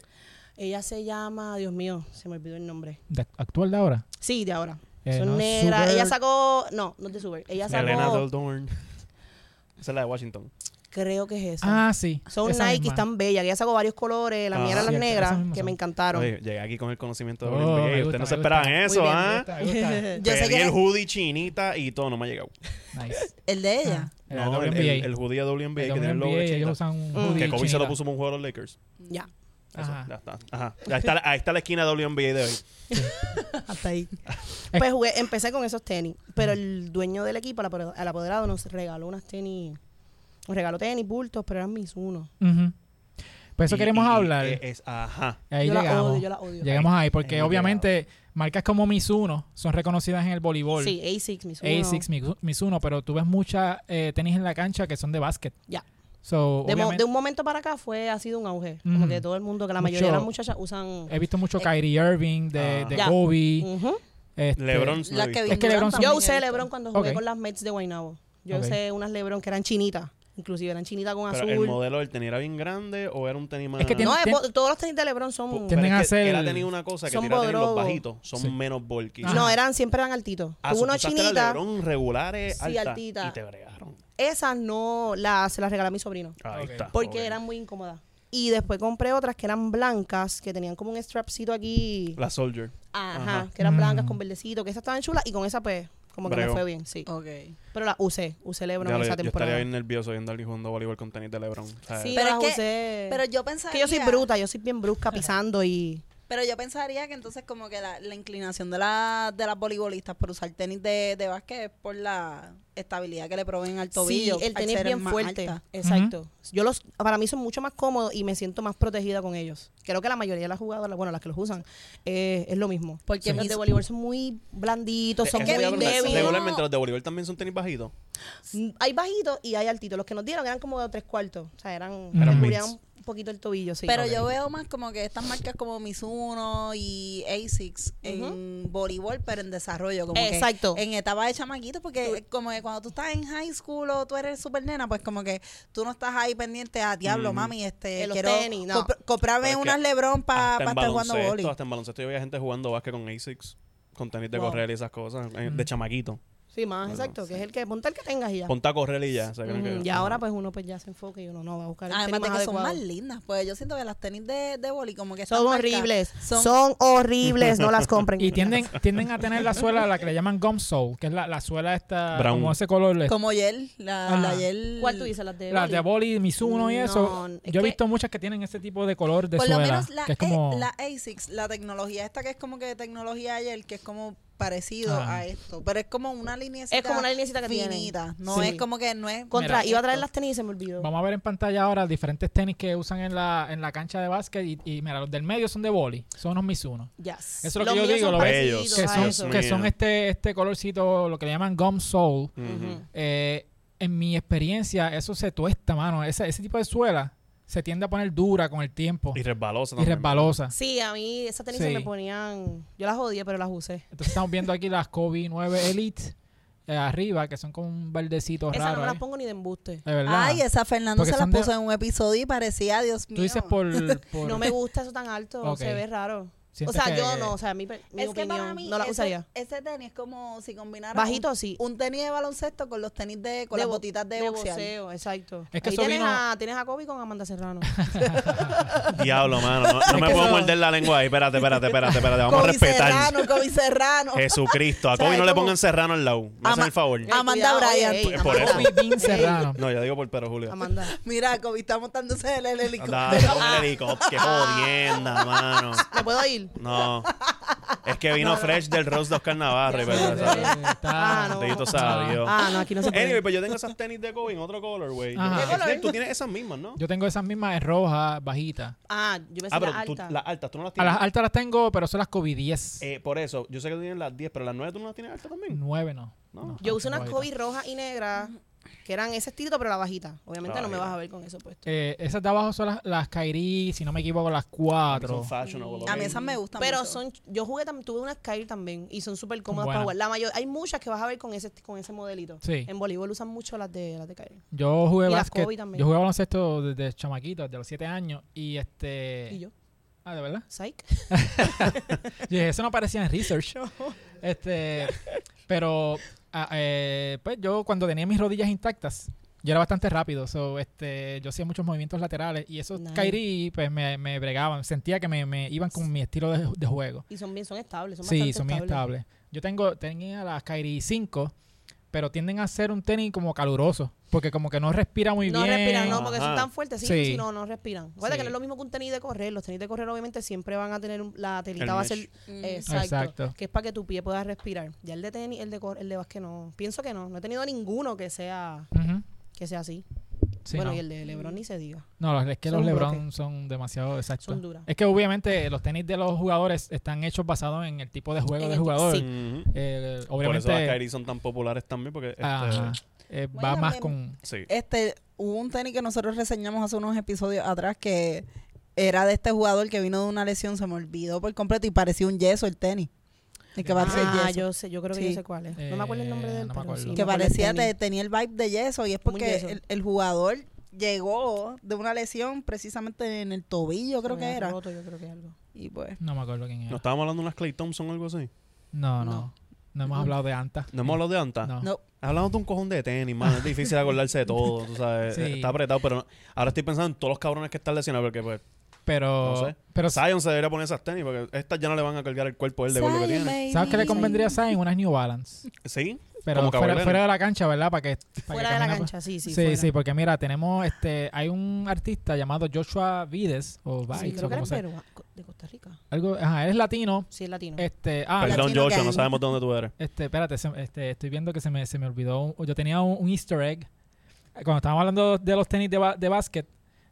Speaker 5: Ella se llama. Dios mío, se me olvidó el nombre.
Speaker 1: ¿De act- ¿Actual de ahora?
Speaker 5: Sí, de ahora.
Speaker 1: Eh,
Speaker 5: Son
Speaker 1: no,
Speaker 5: negras.
Speaker 1: Super-
Speaker 5: Ella sacó. No, no es de Super. Ella sacó.
Speaker 2: Elena Doldorn. Esa es la de Washington.
Speaker 5: Creo que es esa.
Speaker 1: Ah, sí.
Speaker 5: Son
Speaker 1: esa
Speaker 5: Nike,
Speaker 1: misma.
Speaker 5: están bellas. que Ella sacó varios colores. La
Speaker 2: Ah,
Speaker 5: mía eran las
Speaker 1: cierto,
Speaker 5: negras,
Speaker 1: esas mismas
Speaker 5: que me
Speaker 1: son.
Speaker 5: encantaron.
Speaker 2: Oye, llegué aquí con el conocimiento de
Speaker 1: Oh,
Speaker 2: WNBA.
Speaker 1: me
Speaker 2: Ustedes
Speaker 1: gusta,
Speaker 2: no se
Speaker 1: me gusta.
Speaker 2: esperaban eso,
Speaker 5: Muy bien, me
Speaker 2: ¿ah?
Speaker 1: gusta, me gusta.
Speaker 4: Yo sé
Speaker 2: Pedí
Speaker 4: que-
Speaker 2: el hoodie chinita y todo, no me ha llegado.
Speaker 1: Eh, Nice. Ah,
Speaker 4: El de ella.
Speaker 1: Era
Speaker 2: No, el,
Speaker 1: WNBA.
Speaker 2: el, el hoodie de WNBA
Speaker 1: El
Speaker 2: que tiene el logo de
Speaker 1: WNBA, ellos
Speaker 2: chinita.
Speaker 1: usan un
Speaker 5: Mm.
Speaker 1: hoodie
Speaker 2: Que Kobe se lo
Speaker 1: chinita.
Speaker 2: puso para un jugador de los Lakers.
Speaker 5: Ya,
Speaker 2: Eso,
Speaker 1: Ajá.
Speaker 2: ya está. Ajá. Ahí está, la- ahí está la esquina de WNBA de hoy.
Speaker 5: hasta ahí. pues jugué, empecé con esos tenis, pero el dueño del equipo, el apoder- el apoderado, nos regaló unas tenis, nos regaló tenis, bultos, pero eran mis unos.
Speaker 1: Ujú. Pues eso
Speaker 2: Y-
Speaker 1: queremos
Speaker 2: y-
Speaker 1: hablar.
Speaker 2: eh, es- ajá.
Speaker 1: Ahí
Speaker 5: yo las
Speaker 1: llegamos.
Speaker 5: odio, yo las odio.
Speaker 1: Llegamos ahí, porque
Speaker 2: Ahí
Speaker 1: obviamente marcas como Mizuno son reconocidas en el voleibol.
Speaker 5: Sí, ASICS, mis unos.
Speaker 1: Asics, Mizu- Mizuno, pero tú ves muchas eh, tenis en la cancha que son de básquet.
Speaker 5: Ya.
Speaker 1: So,
Speaker 5: De, mo-
Speaker 1: obviamente,
Speaker 5: de un momento para acá fue, ha sido un auge. Como
Speaker 1: Ujú.
Speaker 5: que todo el mundo, que la
Speaker 1: Mucho-
Speaker 5: mayoría de las muchachas usan.
Speaker 1: he visto mucho Kyrie Irving, de,
Speaker 2: Ah.
Speaker 1: de
Speaker 5: Eh, Ya. Mm.
Speaker 1: Kobe.
Speaker 5: Ujú.
Speaker 1: este,
Speaker 2: LeBron no
Speaker 4: La
Speaker 2: he
Speaker 4: que
Speaker 2: visto.
Speaker 1: Es que
Speaker 4: Durant
Speaker 1: LeBron-
Speaker 4: también
Speaker 5: Yo
Speaker 4: he
Speaker 5: usé
Speaker 4: visto.
Speaker 5: Lebron cuando jugué
Speaker 1: Ok.
Speaker 5: con las Mets de Guaynabo. Yo
Speaker 1: Ok.
Speaker 5: usé unas Lebron que eran chinitas, inclusive eran chinitas con
Speaker 2: Pero
Speaker 5: azul.
Speaker 2: el modelo del tenis era bien grande o era un tenis más.
Speaker 1: que tiene-
Speaker 5: no, es
Speaker 1: Tien-
Speaker 5: po- todos los tenis de Lebron
Speaker 2: Pero
Speaker 5: son.
Speaker 2: es
Speaker 1: tienden
Speaker 2: que
Speaker 1: a ser-
Speaker 2: Él ha tenido una cosa que
Speaker 5: son
Speaker 2: tira tenis los
Speaker 5: bodrogos.
Speaker 2: bajitos, son
Speaker 1: Sí.
Speaker 2: menos bulky.
Speaker 1: Ajá.
Speaker 5: No, Ah. eran, siempre eran altitos.
Speaker 2: Ah,
Speaker 5: Tuve
Speaker 2: so, tú
Speaker 5: unos
Speaker 2: usaste la
Speaker 5: chinitas.
Speaker 2: Lebron regulares
Speaker 5: Sí,
Speaker 2: alta,
Speaker 5: altita.
Speaker 2: y te bregaron.
Speaker 5: Esas no las, se las regalé a mi sobrino.
Speaker 2: Ahí
Speaker 1: Ah, Ok.
Speaker 2: está.
Speaker 5: Porque
Speaker 2: Ah, ok.
Speaker 5: eran muy incómodas. Y después compré otras que eran blancas, que tenían como un strapcito aquí.
Speaker 2: La Soldier.
Speaker 5: Eh, Ajá,
Speaker 2: Ajá.
Speaker 5: que eran blancas
Speaker 1: Mm.
Speaker 5: con verdecito, que esas estaban chulas. Y con esa, pues, como que
Speaker 2: Bregó.
Speaker 5: me fue bien, sí.
Speaker 4: Ok.
Speaker 5: Pero la usé, usé Lebron
Speaker 2: Ya lo-
Speaker 5: esa
Speaker 2: yo, estaría
Speaker 5: temporada.
Speaker 2: bien nervioso viendo a alguien jugando voleibol con tenis de LeBron. O sea,
Speaker 5: Sí,
Speaker 4: Pero
Speaker 5: las
Speaker 4: es que-
Speaker 5: usé.
Speaker 4: Pero yo pensaría...
Speaker 5: que yo soy bruta, yo soy bien brusca pisando y.
Speaker 4: Pero yo pensaría que entonces como que la, la inclinación de, la, de las voleibolistas por usar tenis de, de básquet es por la estabilidad que le proveen al tobillo.
Speaker 5: sí, el
Speaker 4: al
Speaker 5: tenis
Speaker 4: ser
Speaker 5: bien
Speaker 4: más
Speaker 5: fuerte.
Speaker 4: alta.
Speaker 5: Exacto. Yo los, para mí son mucho más cómodos y me siento más protegida con ellos. Creo que la mayoría de las jugadoras, bueno, las que los usan, eh, es lo mismo.
Speaker 4: Porque
Speaker 5: los
Speaker 4: mis-
Speaker 5: de voleibol son muy blanditos, son
Speaker 2: es que te
Speaker 5: muy
Speaker 2: iba a preguntar,
Speaker 5: débiles.
Speaker 2: Regularmente los de voleibol también son tenis bajitos.
Speaker 5: Mm, Hay bajitos y hay altitos. Los que nos dieron eran como de tres cuartos. O sea, eran.
Speaker 1: Eran
Speaker 5: me
Speaker 2: mids.
Speaker 5: cubrían un poquito el tobillo, sí.
Speaker 4: Pero yo veo más como que estas marcas como Mizuno y ASICS en voleibol, pero en desarrollo. Como que
Speaker 5: Exacto.
Speaker 4: en etapa de chamaquito, porque como que cuando tú estás en high school o tú eres super nena, pues como que tú no estás ahí pendiente a diablo,
Speaker 2: Mm.
Speaker 4: mami, este,
Speaker 5: De los
Speaker 4: quiero
Speaker 5: tenis, no.
Speaker 4: compr- comprarme
Speaker 2: Pero es que
Speaker 4: unas Lebron para
Speaker 2: hasta, en
Speaker 4: estar jugando
Speaker 2: baloncesto,
Speaker 4: voleibol.
Speaker 2: hasta en baloncesto yo veía gente jugando básquet con ASICS, con tenis de
Speaker 5: Wow.
Speaker 2: correr y esas cosas, eh,
Speaker 1: Mm.
Speaker 2: de chamaquito.
Speaker 5: Sí, más,
Speaker 2: Bueno,
Speaker 5: exacto. Que es el que. Ponte el que tengas y ya.
Speaker 2: Ponta a correr y ya. se creen
Speaker 5: Ujú,
Speaker 2: que-
Speaker 5: Mm, Y
Speaker 2: ajá.
Speaker 5: ahora, pues uno pues ya se enfoca y uno no va a buscar el
Speaker 4: Además de
Speaker 5: tenis
Speaker 4: que
Speaker 5: más
Speaker 4: son
Speaker 5: adecuado.
Speaker 4: más lindas, pues yo siento que las tenis de, de boli como que estas
Speaker 5: Son
Speaker 4: marcas
Speaker 5: horribles.
Speaker 4: son-
Speaker 5: Son, horribles. No las compren.
Speaker 1: Y tienden, tienden a tener la suela, la que le llaman gum sole, que es la, la suela esta,
Speaker 2: Brown.
Speaker 1: como ese color. este,
Speaker 4: como gel, la,
Speaker 1: Ajá.
Speaker 4: la gel.
Speaker 5: ¿Cuál tú dices? Las de.
Speaker 1: Las de
Speaker 5: boli?
Speaker 1: boli, Mizuno y eso.
Speaker 5: No, es
Speaker 1: Yo he
Speaker 5: que-
Speaker 1: visto muchas que tienen ese tipo de color de
Speaker 4: Por lo
Speaker 1: suela.
Speaker 4: menos la,
Speaker 1: que es
Speaker 4: A-
Speaker 1: como...
Speaker 4: la ASICS, la tecnología esta que es como que tecnología ayer, que es como parecido
Speaker 1: Ajá.
Speaker 4: a esto, pero es como una línea
Speaker 5: Es como una linecita que tienen.
Speaker 4: finita, no
Speaker 5: Sí.
Speaker 4: es como que no es
Speaker 5: Contra,
Speaker 1: Mira,
Speaker 5: iba a traer las tenis y se me olvidó.
Speaker 1: Vamos a ver en pantalla ahora diferentes tenis que usan en la, en la cancha de básquet. Y, y mira, los del medio son de boli, son unos Mizuno.
Speaker 5: Yes.
Speaker 1: Eso es lo que
Speaker 5: Los
Speaker 1: yo
Speaker 5: míos
Speaker 1: digo,
Speaker 5: son
Speaker 1: lo
Speaker 2: bellos.
Speaker 5: parecidos
Speaker 1: Que
Speaker 5: a
Speaker 1: son,
Speaker 5: eso.
Speaker 1: que son
Speaker 2: Mío.
Speaker 1: este, este colorcito, lo que le llaman gum sole.
Speaker 5: pues,
Speaker 2: Ujú.
Speaker 1: Eh, en mi experiencia, eso se tuesta, mano. Ese, ese tipo de suela se tiende a poner dura con el tiempo
Speaker 2: Y
Speaker 1: y,
Speaker 2: resbalosa también.
Speaker 1: resbalosa.
Speaker 5: Sí, a mí esas tenis se
Speaker 1: Sí.
Speaker 5: me ponían. Yo las odié, pero las usé.
Speaker 1: Entonces estamos viendo aquí las Kobe 9 Elite eh, arriba, que son con un verdecito
Speaker 5: Esas
Speaker 1: raro. ¿eh?
Speaker 5: no me las
Speaker 1: ahí.
Speaker 5: pongo ni de embuste.
Speaker 1: De verdad.
Speaker 4: Ay, esa Fernando
Speaker 1: Porque
Speaker 4: se la
Speaker 1: son de-
Speaker 4: puso en un episodio y parecía, Dios mío.
Speaker 1: Tú dices por... por-
Speaker 5: No me gusta eso tan alto.
Speaker 1: Ok.
Speaker 5: Se ve raro. O
Speaker 1: sientes
Speaker 5: sea,
Speaker 1: que-
Speaker 5: yo no. O sea, mi, mi
Speaker 4: Es
Speaker 5: opinión.
Speaker 4: que para mí
Speaker 5: no las
Speaker 4: ese,
Speaker 5: usaría.
Speaker 4: ese tenis es como si combinara
Speaker 5: Bajito, sí.
Speaker 4: un, un tenis de baloncesto con los tenis de con
Speaker 5: De
Speaker 4: las
Speaker 5: bo-
Speaker 4: botitas de,
Speaker 5: de
Speaker 4: boxear.
Speaker 5: boxeo, exacto.
Speaker 1: Es que
Speaker 5: Ahí
Speaker 1: eso
Speaker 5: tienes,
Speaker 1: vino-
Speaker 5: a, tienes a Kobe con Amanda Serrano.
Speaker 2: Diablo, mano. No, no me
Speaker 1: que
Speaker 2: puedo
Speaker 1: eso-
Speaker 2: morder la lengua ahí. Espérate, espérate, espérate. espérate. Vamos a
Speaker 4: Kobe
Speaker 2: respetar.
Speaker 4: Serrano, Kobe Serrano.
Speaker 2: Jesucristo. A
Speaker 5: O sea,
Speaker 2: Kobe
Speaker 5: es
Speaker 2: no le
Speaker 5: como-
Speaker 2: pongan serrano al lado. Me hacen
Speaker 4: Ama-
Speaker 2: el favor.
Speaker 5: Ay,
Speaker 4: Amanda
Speaker 5: cuidado, oye,
Speaker 4: Bryant.
Speaker 5: ey,
Speaker 2: Pues Por
Speaker 5: Amanda.
Speaker 2: eso.
Speaker 1: Kobe Bean Serrano.
Speaker 2: No, yo digo por pero Julio.
Speaker 5: Amanda.
Speaker 4: Mira, Kobe está montándose el, el helicóptero.
Speaker 2: Anda, con el helicóptero. Qué jodienda, mano.
Speaker 5: ¿Me puedo ir?
Speaker 2: No. Es que vino fresh del Rose de Oscar Navarre, ¿verdad?
Speaker 1: Sí,
Speaker 2: ¿sabes?
Speaker 1: está-
Speaker 5: Ah, no.
Speaker 2: Bendito sea Dios.
Speaker 5: Ah, no, aquí no se puede.
Speaker 2: Anyway, pues yo tengo esas tenis de Kobe en otro color, güey. Yo-
Speaker 1: Ajá. ¿Qué
Speaker 2: Snake, Tú tienes esas mismas, ¿no?
Speaker 1: Yo tengo esas mismas en roja, bajitas.
Speaker 5: Ah, yo pensé
Speaker 2: Ah, pero
Speaker 5: la
Speaker 2: tú,
Speaker 5: alta.
Speaker 2: las altas, tú no las
Speaker 1: A
Speaker 2: tienes.
Speaker 1: las altas las tengo, pero son las Kobe 10.
Speaker 2: Eh, por eso, yo sé que tú tienes las 10, pero las 9 tú no las tienes altas también.
Speaker 1: 9 no.
Speaker 2: No.
Speaker 1: No,
Speaker 5: Yo usé
Speaker 1: son
Speaker 5: unas
Speaker 1: bajitas.
Speaker 5: Kobe rojas y negras que eran ese estilito, pero la bajita. Obviamente
Speaker 2: La
Speaker 5: no me
Speaker 2: bajita.
Speaker 5: vas a ver con eso pues. puesto.
Speaker 1: Eh, esas de abajo son las, las Kyrie, si no me equivoco, las
Speaker 2: Son
Speaker 1: 4.
Speaker 2: fashionable.
Speaker 4: A
Speaker 2: ok.
Speaker 4: mí esas me gustan
Speaker 5: Pero
Speaker 4: mucho.
Speaker 5: son, yo jugué tam- tuve unas Kyrie también y son súper cómodas
Speaker 1: Buena.
Speaker 5: para jugar. La mayor, hay muchas que vas a ver con ese, con ese modelito.
Speaker 1: Sí.
Speaker 5: En voleibol usan mucho las de las de Kyrie.
Speaker 1: Yo jugué
Speaker 5: Y las
Speaker 1: básquet.
Speaker 5: Kobe también.
Speaker 1: Yo jugué baloncesto desde chamaquito, desde los 7 años. Y este.
Speaker 5: Y yo,
Speaker 1: Ah, de verdad.
Speaker 5: psych.
Speaker 1: Yo dije, eso no aparecía en research. Este. Pero. ah, eh, pues yo, cuando tenía mis rodillas intactas, yo era bastante rápido. So, este, yo hacía muchos movimientos laterales. Y esos
Speaker 5: Nice.
Speaker 1: Kyrie, pues me, me bregaban. Sentía que me, me iban con mi estilo de- de juego.
Speaker 5: Y son bien, son estables. Son
Speaker 1: Sí,
Speaker 5: bastante
Speaker 1: son bien estables. Yo tengo, tenía las Kyrie 5, pero tienden a ser un tenis como caluroso, porque como que no respira muy
Speaker 5: no
Speaker 1: bien.
Speaker 5: respiran, no, porque
Speaker 2: Ajá.
Speaker 5: son tan fuertes. Sí,
Speaker 1: Sí.
Speaker 5: sí, no, no respiran. Recuerda
Speaker 1: Sí.
Speaker 5: que no es lo mismo que un tenis de correr. Los tenis de correr, obviamente, siempre van a tener un- la
Speaker 2: El
Speaker 5: telita, va a ser.
Speaker 2: mesh.
Speaker 4: Mm.
Speaker 5: Exacto,
Speaker 1: Exacto.
Speaker 5: Que es para que tu pie pueda respirar. Ya el de tenis, el de cor- el de básquet no. Pienso que no. No he tenido ninguno que sea
Speaker 1: Ujú.
Speaker 5: que sea así.
Speaker 1: Sí,
Speaker 5: bueno,
Speaker 1: no.
Speaker 5: y el de LeBron ni se diga.
Speaker 1: No, los- es que
Speaker 5: son
Speaker 1: los
Speaker 5: un
Speaker 1: LeBron
Speaker 5: bloque.
Speaker 1: son demasiado exactos.
Speaker 5: Son duras.
Speaker 1: Es que obviamente los tenis de los jugadores están hechos basados en el tipo de juego
Speaker 5: En
Speaker 1: del
Speaker 5: el-
Speaker 1: jugador.
Speaker 5: sí.
Speaker 2: Ujú.
Speaker 1: Eh,
Speaker 2: Por
Speaker 1: obviamente
Speaker 2: eso las Kyrie son tan populares también, porque. este,
Speaker 1: ajá, eh,
Speaker 4: Bueno,
Speaker 1: va más
Speaker 4: también-
Speaker 1: con
Speaker 2: sí.
Speaker 4: Este, hubo un tenis que nosotros reseñamos hace unos episodios atrás que era de este jugador que vino de una lesión, se me olvidó por completo y parecía un yeso el tenis. El que parecía
Speaker 5: Ah,
Speaker 4: yeso.
Speaker 5: yo sé, yo creo que
Speaker 4: Sí.
Speaker 5: yo sé cuál es. No me acuerdo el nombre
Speaker 1: Eh,
Speaker 5: de él,
Speaker 1: no me
Speaker 5: pero
Speaker 1: acuerdo.
Speaker 5: sí.
Speaker 1: Que
Speaker 4: que
Speaker 5: me acuerdo el
Speaker 4: parecía,
Speaker 5: tenis.
Speaker 4: te- tenía el vibe de yeso y es
Speaker 5: Muy
Speaker 4: porque
Speaker 5: yeso.
Speaker 4: el, el jugador llegó de una lesión precisamente en el tobillo, creo
Speaker 5: Se
Speaker 4: que
Speaker 5: había
Speaker 4: era.
Speaker 5: roto, yo creo que algo.
Speaker 4: Y pues,
Speaker 1: no me acuerdo quién
Speaker 2: ¿No
Speaker 1: era.
Speaker 2: estábamos hablando de unas Clay Thompson o algo así?
Speaker 1: No, no.
Speaker 5: No.
Speaker 1: No hemos hablado de Anta.
Speaker 2: ¿No hemos hablado de Anta?
Speaker 1: No.
Speaker 4: No.
Speaker 2: Hablamos de un cojón de tenis, mano. Es difícil acordarse de todo, tú sabes.
Speaker 1: Sí.
Speaker 2: Está apretado, pero no- ahora estoy pensando en todos los cabrones que están lesionados porque, pues,
Speaker 1: Pero,
Speaker 2: No sé.
Speaker 1: pero ¿sabes
Speaker 2: Zion se debería poner esas tenis porque estas ya no le van a cargar el cuerpo a él de gol lo que
Speaker 4: Zion,
Speaker 2: tiene.
Speaker 4: baby.
Speaker 1: qué le convendría a Zion? Unas New Balance.
Speaker 2: ¿Sí?
Speaker 1: Pero
Speaker 2: Como
Speaker 1: fuera,
Speaker 2: Kawhi
Speaker 1: fuera de la cancha, ¿verdad? Para que, para que
Speaker 5: Fuera de la
Speaker 1: camine-
Speaker 5: cancha, sí, sí.
Speaker 1: Sí,
Speaker 5: fuera.
Speaker 1: sí, porque mira, tenemos este, hay un artista llamado Joshua Vides, o Vides,
Speaker 5: Sí,
Speaker 1: o
Speaker 5: creo que
Speaker 1: como
Speaker 5: era
Speaker 1: sea.
Speaker 5: peruano, de Costa Rica.
Speaker 1: Algo, ajá, él es latino.
Speaker 5: Sí, es latino.
Speaker 1: Este, ah,
Speaker 2: Perdón,
Speaker 4: Latino
Speaker 2: Joshua, no
Speaker 4: Gang.
Speaker 2: sabemos de dónde tú eres.
Speaker 1: Este, espérate, se- este, estoy viendo que se me, se me olvidó. un- yo tenía un, un easter egg. Cuando estábamos hablando de los tenis de, ba- de básquet,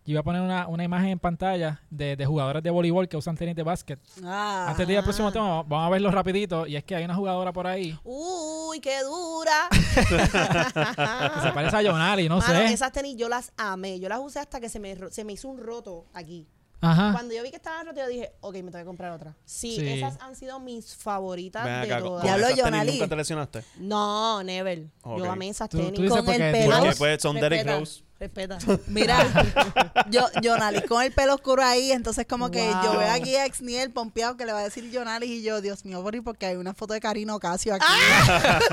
Speaker 1: yo iba a poner una, una imagen en pantalla de, de jugadores de voleibol que usan tenis de básquet.
Speaker 4: Ah.
Speaker 1: Antes de ir al próximo tema, vamos a verlo rapidito. Y es que hay una jugadora por ahí
Speaker 5: Uy, qué dura.
Speaker 1: que se parece a Jonali, no
Speaker 5: Mano,
Speaker 1: sé.
Speaker 5: esas tenis yo las amé. Yo las usé hasta que se me, ro- se me hizo un roto aquí.
Speaker 2: Ah.
Speaker 1: Ajá.
Speaker 5: Cuando yo vi que estaban rotas, yo dije, ok, me tengo que comprar otra. Sí,
Speaker 1: Sí.
Speaker 5: esas han sido mis favoritas
Speaker 2: Ven
Speaker 5: de
Speaker 2: acá, con,
Speaker 5: todas.
Speaker 2: con
Speaker 4: Diablo,
Speaker 2: esas tenis
Speaker 4: Jonali.
Speaker 2: nunca te lesionaste.
Speaker 5: No, never.
Speaker 2: Ok.
Speaker 5: Yo amé esas
Speaker 1: Tú- tú
Speaker 5: tenis.
Speaker 1: dices
Speaker 4: Con
Speaker 1: porque
Speaker 4: el
Speaker 1: tú-
Speaker 4: pelo.
Speaker 2: Porque
Speaker 4: Rose,
Speaker 2: pues son Derek
Speaker 5: Respeta,
Speaker 2: Rose.
Speaker 5: Respeta.
Speaker 4: Mira, yo, Jonalis con el pelo oscuro ahí, entonces como que
Speaker 5: Wow.
Speaker 4: yo veo aquí a Exniel pompeado que le va a decir Jonalis y yo, Dios mío, Bori, porque hay una foto de Karina Ocasio aquí.
Speaker 1: ¡Ah!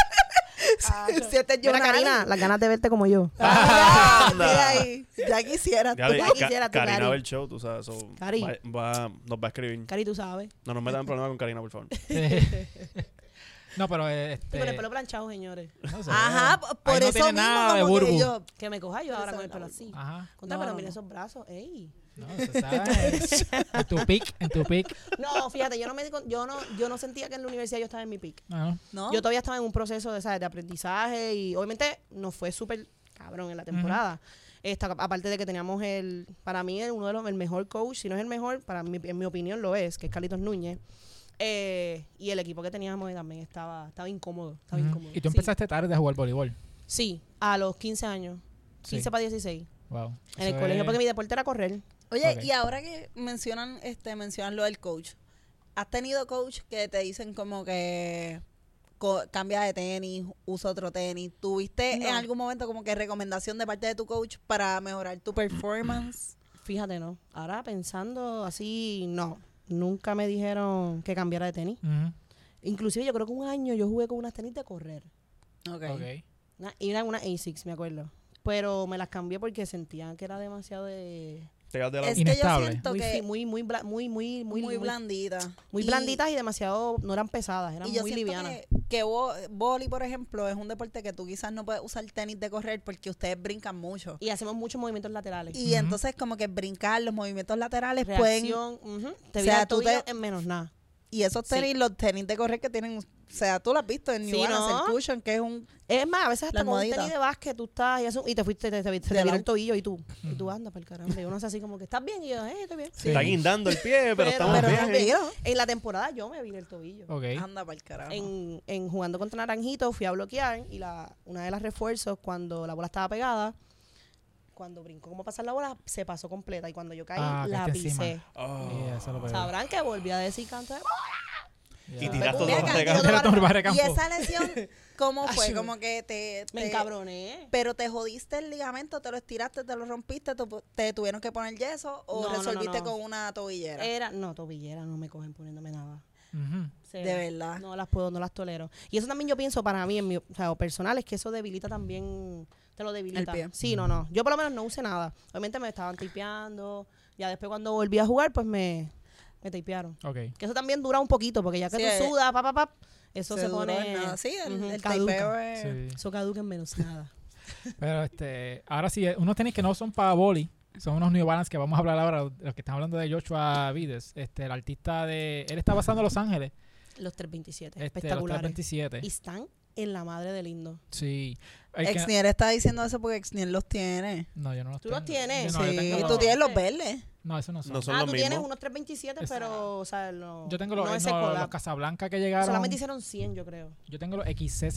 Speaker 4: si este es
Speaker 5: Ah, Mira,
Speaker 4: Jonalis.
Speaker 5: Karina, las ganas de verte como yo.
Speaker 4: Ah, mira ahí, ya quisiera.
Speaker 2: Ya, le-
Speaker 5: Ya
Speaker 2: Ca-
Speaker 5: quisiera tú,
Speaker 2: Karina
Speaker 5: Cari.
Speaker 2: ve el show, tú sabes. so,
Speaker 5: Cari.
Speaker 2: va- va- nos va a escribir.
Speaker 5: Cari, tú sabes. Sí,
Speaker 2: No nos metan en problema con Karina, por favor.
Speaker 1: no, pero eh, este.
Speaker 5: con el pelo planchado, señores.
Speaker 1: no sé.
Speaker 4: Ajá, p- por
Speaker 1: Ahí no
Speaker 4: eso
Speaker 1: tiene
Speaker 4: mismo
Speaker 1: nada de
Speaker 4: como que
Speaker 1: burbu.
Speaker 4: yo-
Speaker 5: Que me coja yo ahora con el pelo así.
Speaker 2: Ah.
Speaker 1: Ajá.
Speaker 5: Contra,
Speaker 4: No,
Speaker 5: pero
Speaker 4: no,
Speaker 5: mira
Speaker 4: no.
Speaker 5: esos brazos, ey.
Speaker 1: No, se sabe. en tu pic, en tu pic.
Speaker 5: No, fíjate, yo no me di con- yo no, yo no sentía que en la universidad yo estaba en mi pick.
Speaker 1: Ah,
Speaker 4: ¿no?
Speaker 5: Yo todavía estaba en un proceso de, ¿sabes? de aprendizaje y obviamente no fue súper cabrón en la temporada. Esta, aparte de que teníamos el, para mí, el- uno de los, el mejor coach, si no es el mejor, para mí, en mi opinión lo es, que es Carlitos Núñez. Eh, y el equipo que teníamos también estaba, estaba incómodo, estaba
Speaker 1: ujú.
Speaker 5: incómodo.
Speaker 1: Y tú
Speaker 5: Sí.
Speaker 1: empezaste tarde a jugar voleibol.
Speaker 5: Sí, a los 15 años, 15
Speaker 1: Sí.
Speaker 5: para 16,
Speaker 1: Wow.
Speaker 5: en el
Speaker 1: Eso
Speaker 5: colegio,
Speaker 1: es-
Speaker 5: porque mi deporte era correr.
Speaker 4: Oye,
Speaker 1: Ok.
Speaker 4: y ahora que mencionan, este, mencionan lo del coach, ¿has tenido coach que te dicen como que co- cambia de tenis, usa otro tenis? ¿Tuviste
Speaker 5: No.
Speaker 4: en algún momento como que recomendación de parte de tu coach para mejorar tu performance?
Speaker 5: Fíjate, ¿no? Ahora pensando así, no. Nunca me dijeron que cambiara de tenis.
Speaker 1: Ujú.
Speaker 5: Inclusive yo creo que un año yo jugué con unas tenis de correr.
Speaker 1: Ok.
Speaker 5: Una- y eran unas A6, me acuerdo. Pero me las cambié porque sentían que era demasiado de...
Speaker 2: Te quedas de la...
Speaker 4: Es
Speaker 1: Inestable.
Speaker 4: que yo siento
Speaker 5: Muy,
Speaker 4: que
Speaker 5: fi- muy, muy, bla- muy, muy, muy,
Speaker 4: muy, blandita.
Speaker 5: Muy
Speaker 4: Y-
Speaker 5: blanditas y demasiado... No eran pesadas, eran
Speaker 4: Y yo
Speaker 5: muy
Speaker 4: siento
Speaker 5: livianas.
Speaker 4: que, que vo- voli, por ejemplo, es un deporte que tú quizás no puedes usar tenis de correr porque ustedes brincan mucho.
Speaker 5: Y hacemos muchos movimientos laterales.
Speaker 4: Y
Speaker 1: Ujú.
Speaker 4: entonces como que brincar, los movimientos laterales pueden
Speaker 5: Reacción, ujú, te
Speaker 4: o
Speaker 5: viras
Speaker 4: sea, tú
Speaker 5: tobillo
Speaker 4: te-
Speaker 5: en menos nada.
Speaker 4: Y esos
Speaker 5: Sí.
Speaker 4: tenis, los tenis de correr que tienen, o sea, tú lo has visto en New
Speaker 5: Sí,
Speaker 4: Balance,
Speaker 5: ¿no?
Speaker 4: el cushion, que es un...
Speaker 5: Es más, a veces
Speaker 4: La
Speaker 5: hasta con un
Speaker 4: almohadita.
Speaker 5: tenis de básquet tú estás y, eso- y te fuiste, te, te, te, te
Speaker 4: De
Speaker 5: viró
Speaker 4: lado.
Speaker 5: el tobillo y tú, y tú andas para el carajo. Y uno es así como que estás bien y yo, eh, estoy bien.
Speaker 1: Sí.
Speaker 2: Está guindando el pie, pero,
Speaker 1: Ah,
Speaker 2: estamos
Speaker 4: Pero
Speaker 2: bien.
Speaker 4: no vieron.
Speaker 5: En la temporada yo me vi el tobillo.
Speaker 1: Ok.
Speaker 4: Anda para el carajo.
Speaker 5: en, en jugando contra Naranjito fui a bloquear y la, una de las refuerzos cuando la bola estaba pegada, cuando brincó como pasar la bola, se pasó completa y cuando yo caí
Speaker 1: Ah,
Speaker 5: la
Speaker 1: caíste encima. Pues.
Speaker 5: pisé.
Speaker 2: Oh.
Speaker 1: Yeah, eso lo veo.
Speaker 5: Sabrán que volví a decir canto de-
Speaker 1: Yeah.
Speaker 2: Y tiraste
Speaker 4: Mira,
Speaker 2: dos
Speaker 4: acá,
Speaker 2: regalos.
Speaker 1: Tiraste un barre
Speaker 4: Y
Speaker 1: campo.
Speaker 4: esa lesión, ¿cómo
Speaker 5: Ay,
Speaker 4: fue? Como que te...
Speaker 5: Me
Speaker 4: te-
Speaker 5: encabroné.
Speaker 4: Pero te jodiste el ligamento, te lo estiraste, te lo rompiste, te, te tuvieron que poner yeso o
Speaker 5: No, no,
Speaker 4: resolviste
Speaker 5: no. Este,
Speaker 4: con una tobillera.
Speaker 5: Era, no, tobillera, no me cogen poniéndome nada.
Speaker 1: Ujú.
Speaker 5: Cero.
Speaker 4: De verdad.
Speaker 5: No las puedo, no las tolero. Y eso también yo pienso para mí, en mi, o sea, o personal, es que eso debilita también, te lo debilita.
Speaker 4: pie.
Speaker 5: Sí, no, no. Yo por lo menos no usé nada. Obviamente me estaban tipeando. Ya después cuando volví a jugar, pues me, me tipearon.
Speaker 1: Ok.
Speaker 5: Que eso también dura un poquito, porque ya que
Speaker 4: Sí, eh,
Speaker 5: tú sudas, pa, pa, pa, eso se,
Speaker 4: duró
Speaker 5: pone.
Speaker 4: en nada. Sí, el,
Speaker 5: Ujú,
Speaker 4: el
Speaker 5: caduca.
Speaker 4: tapeo es-
Speaker 1: Sí.
Speaker 5: Eso caduca en menos nada.
Speaker 1: Pero este, ahora sí, eh, unos tenis que no son para boli, son unos New Balance que vamos a hablar ahora, los que están hablando de Joshua Vides, este, el artista de, él está basado en Los Ángeles,
Speaker 5: Los 327,
Speaker 1: este, los
Speaker 5: espectaculares.
Speaker 1: 327.
Speaker 5: Y están en la madre de lindo.
Speaker 1: Sí. El que-
Speaker 4: Exniel está diciendo eso porque Exniel los tiene.
Speaker 1: no, yo no los
Speaker 5: ¿Tú los
Speaker 1: tengo.
Speaker 5: tienes?
Speaker 1: Yo no, yo
Speaker 4: sí,
Speaker 1: tengo
Speaker 4: tú
Speaker 1: los-
Speaker 4: tienes los
Speaker 5: Este.
Speaker 4: verdes.
Speaker 1: No, esos no son.
Speaker 2: No son
Speaker 5: ah,
Speaker 2: los
Speaker 5: tú
Speaker 2: mismos.
Speaker 5: tienes unos 327, pero, o sea, no.
Speaker 1: Yo tengo los,
Speaker 5: no
Speaker 1: eh,
Speaker 5: ese
Speaker 1: no,
Speaker 5: collab.
Speaker 1: los Casablanca que llegaron.
Speaker 5: Solamente hicieron 100, yo creo.
Speaker 1: Yo tengo los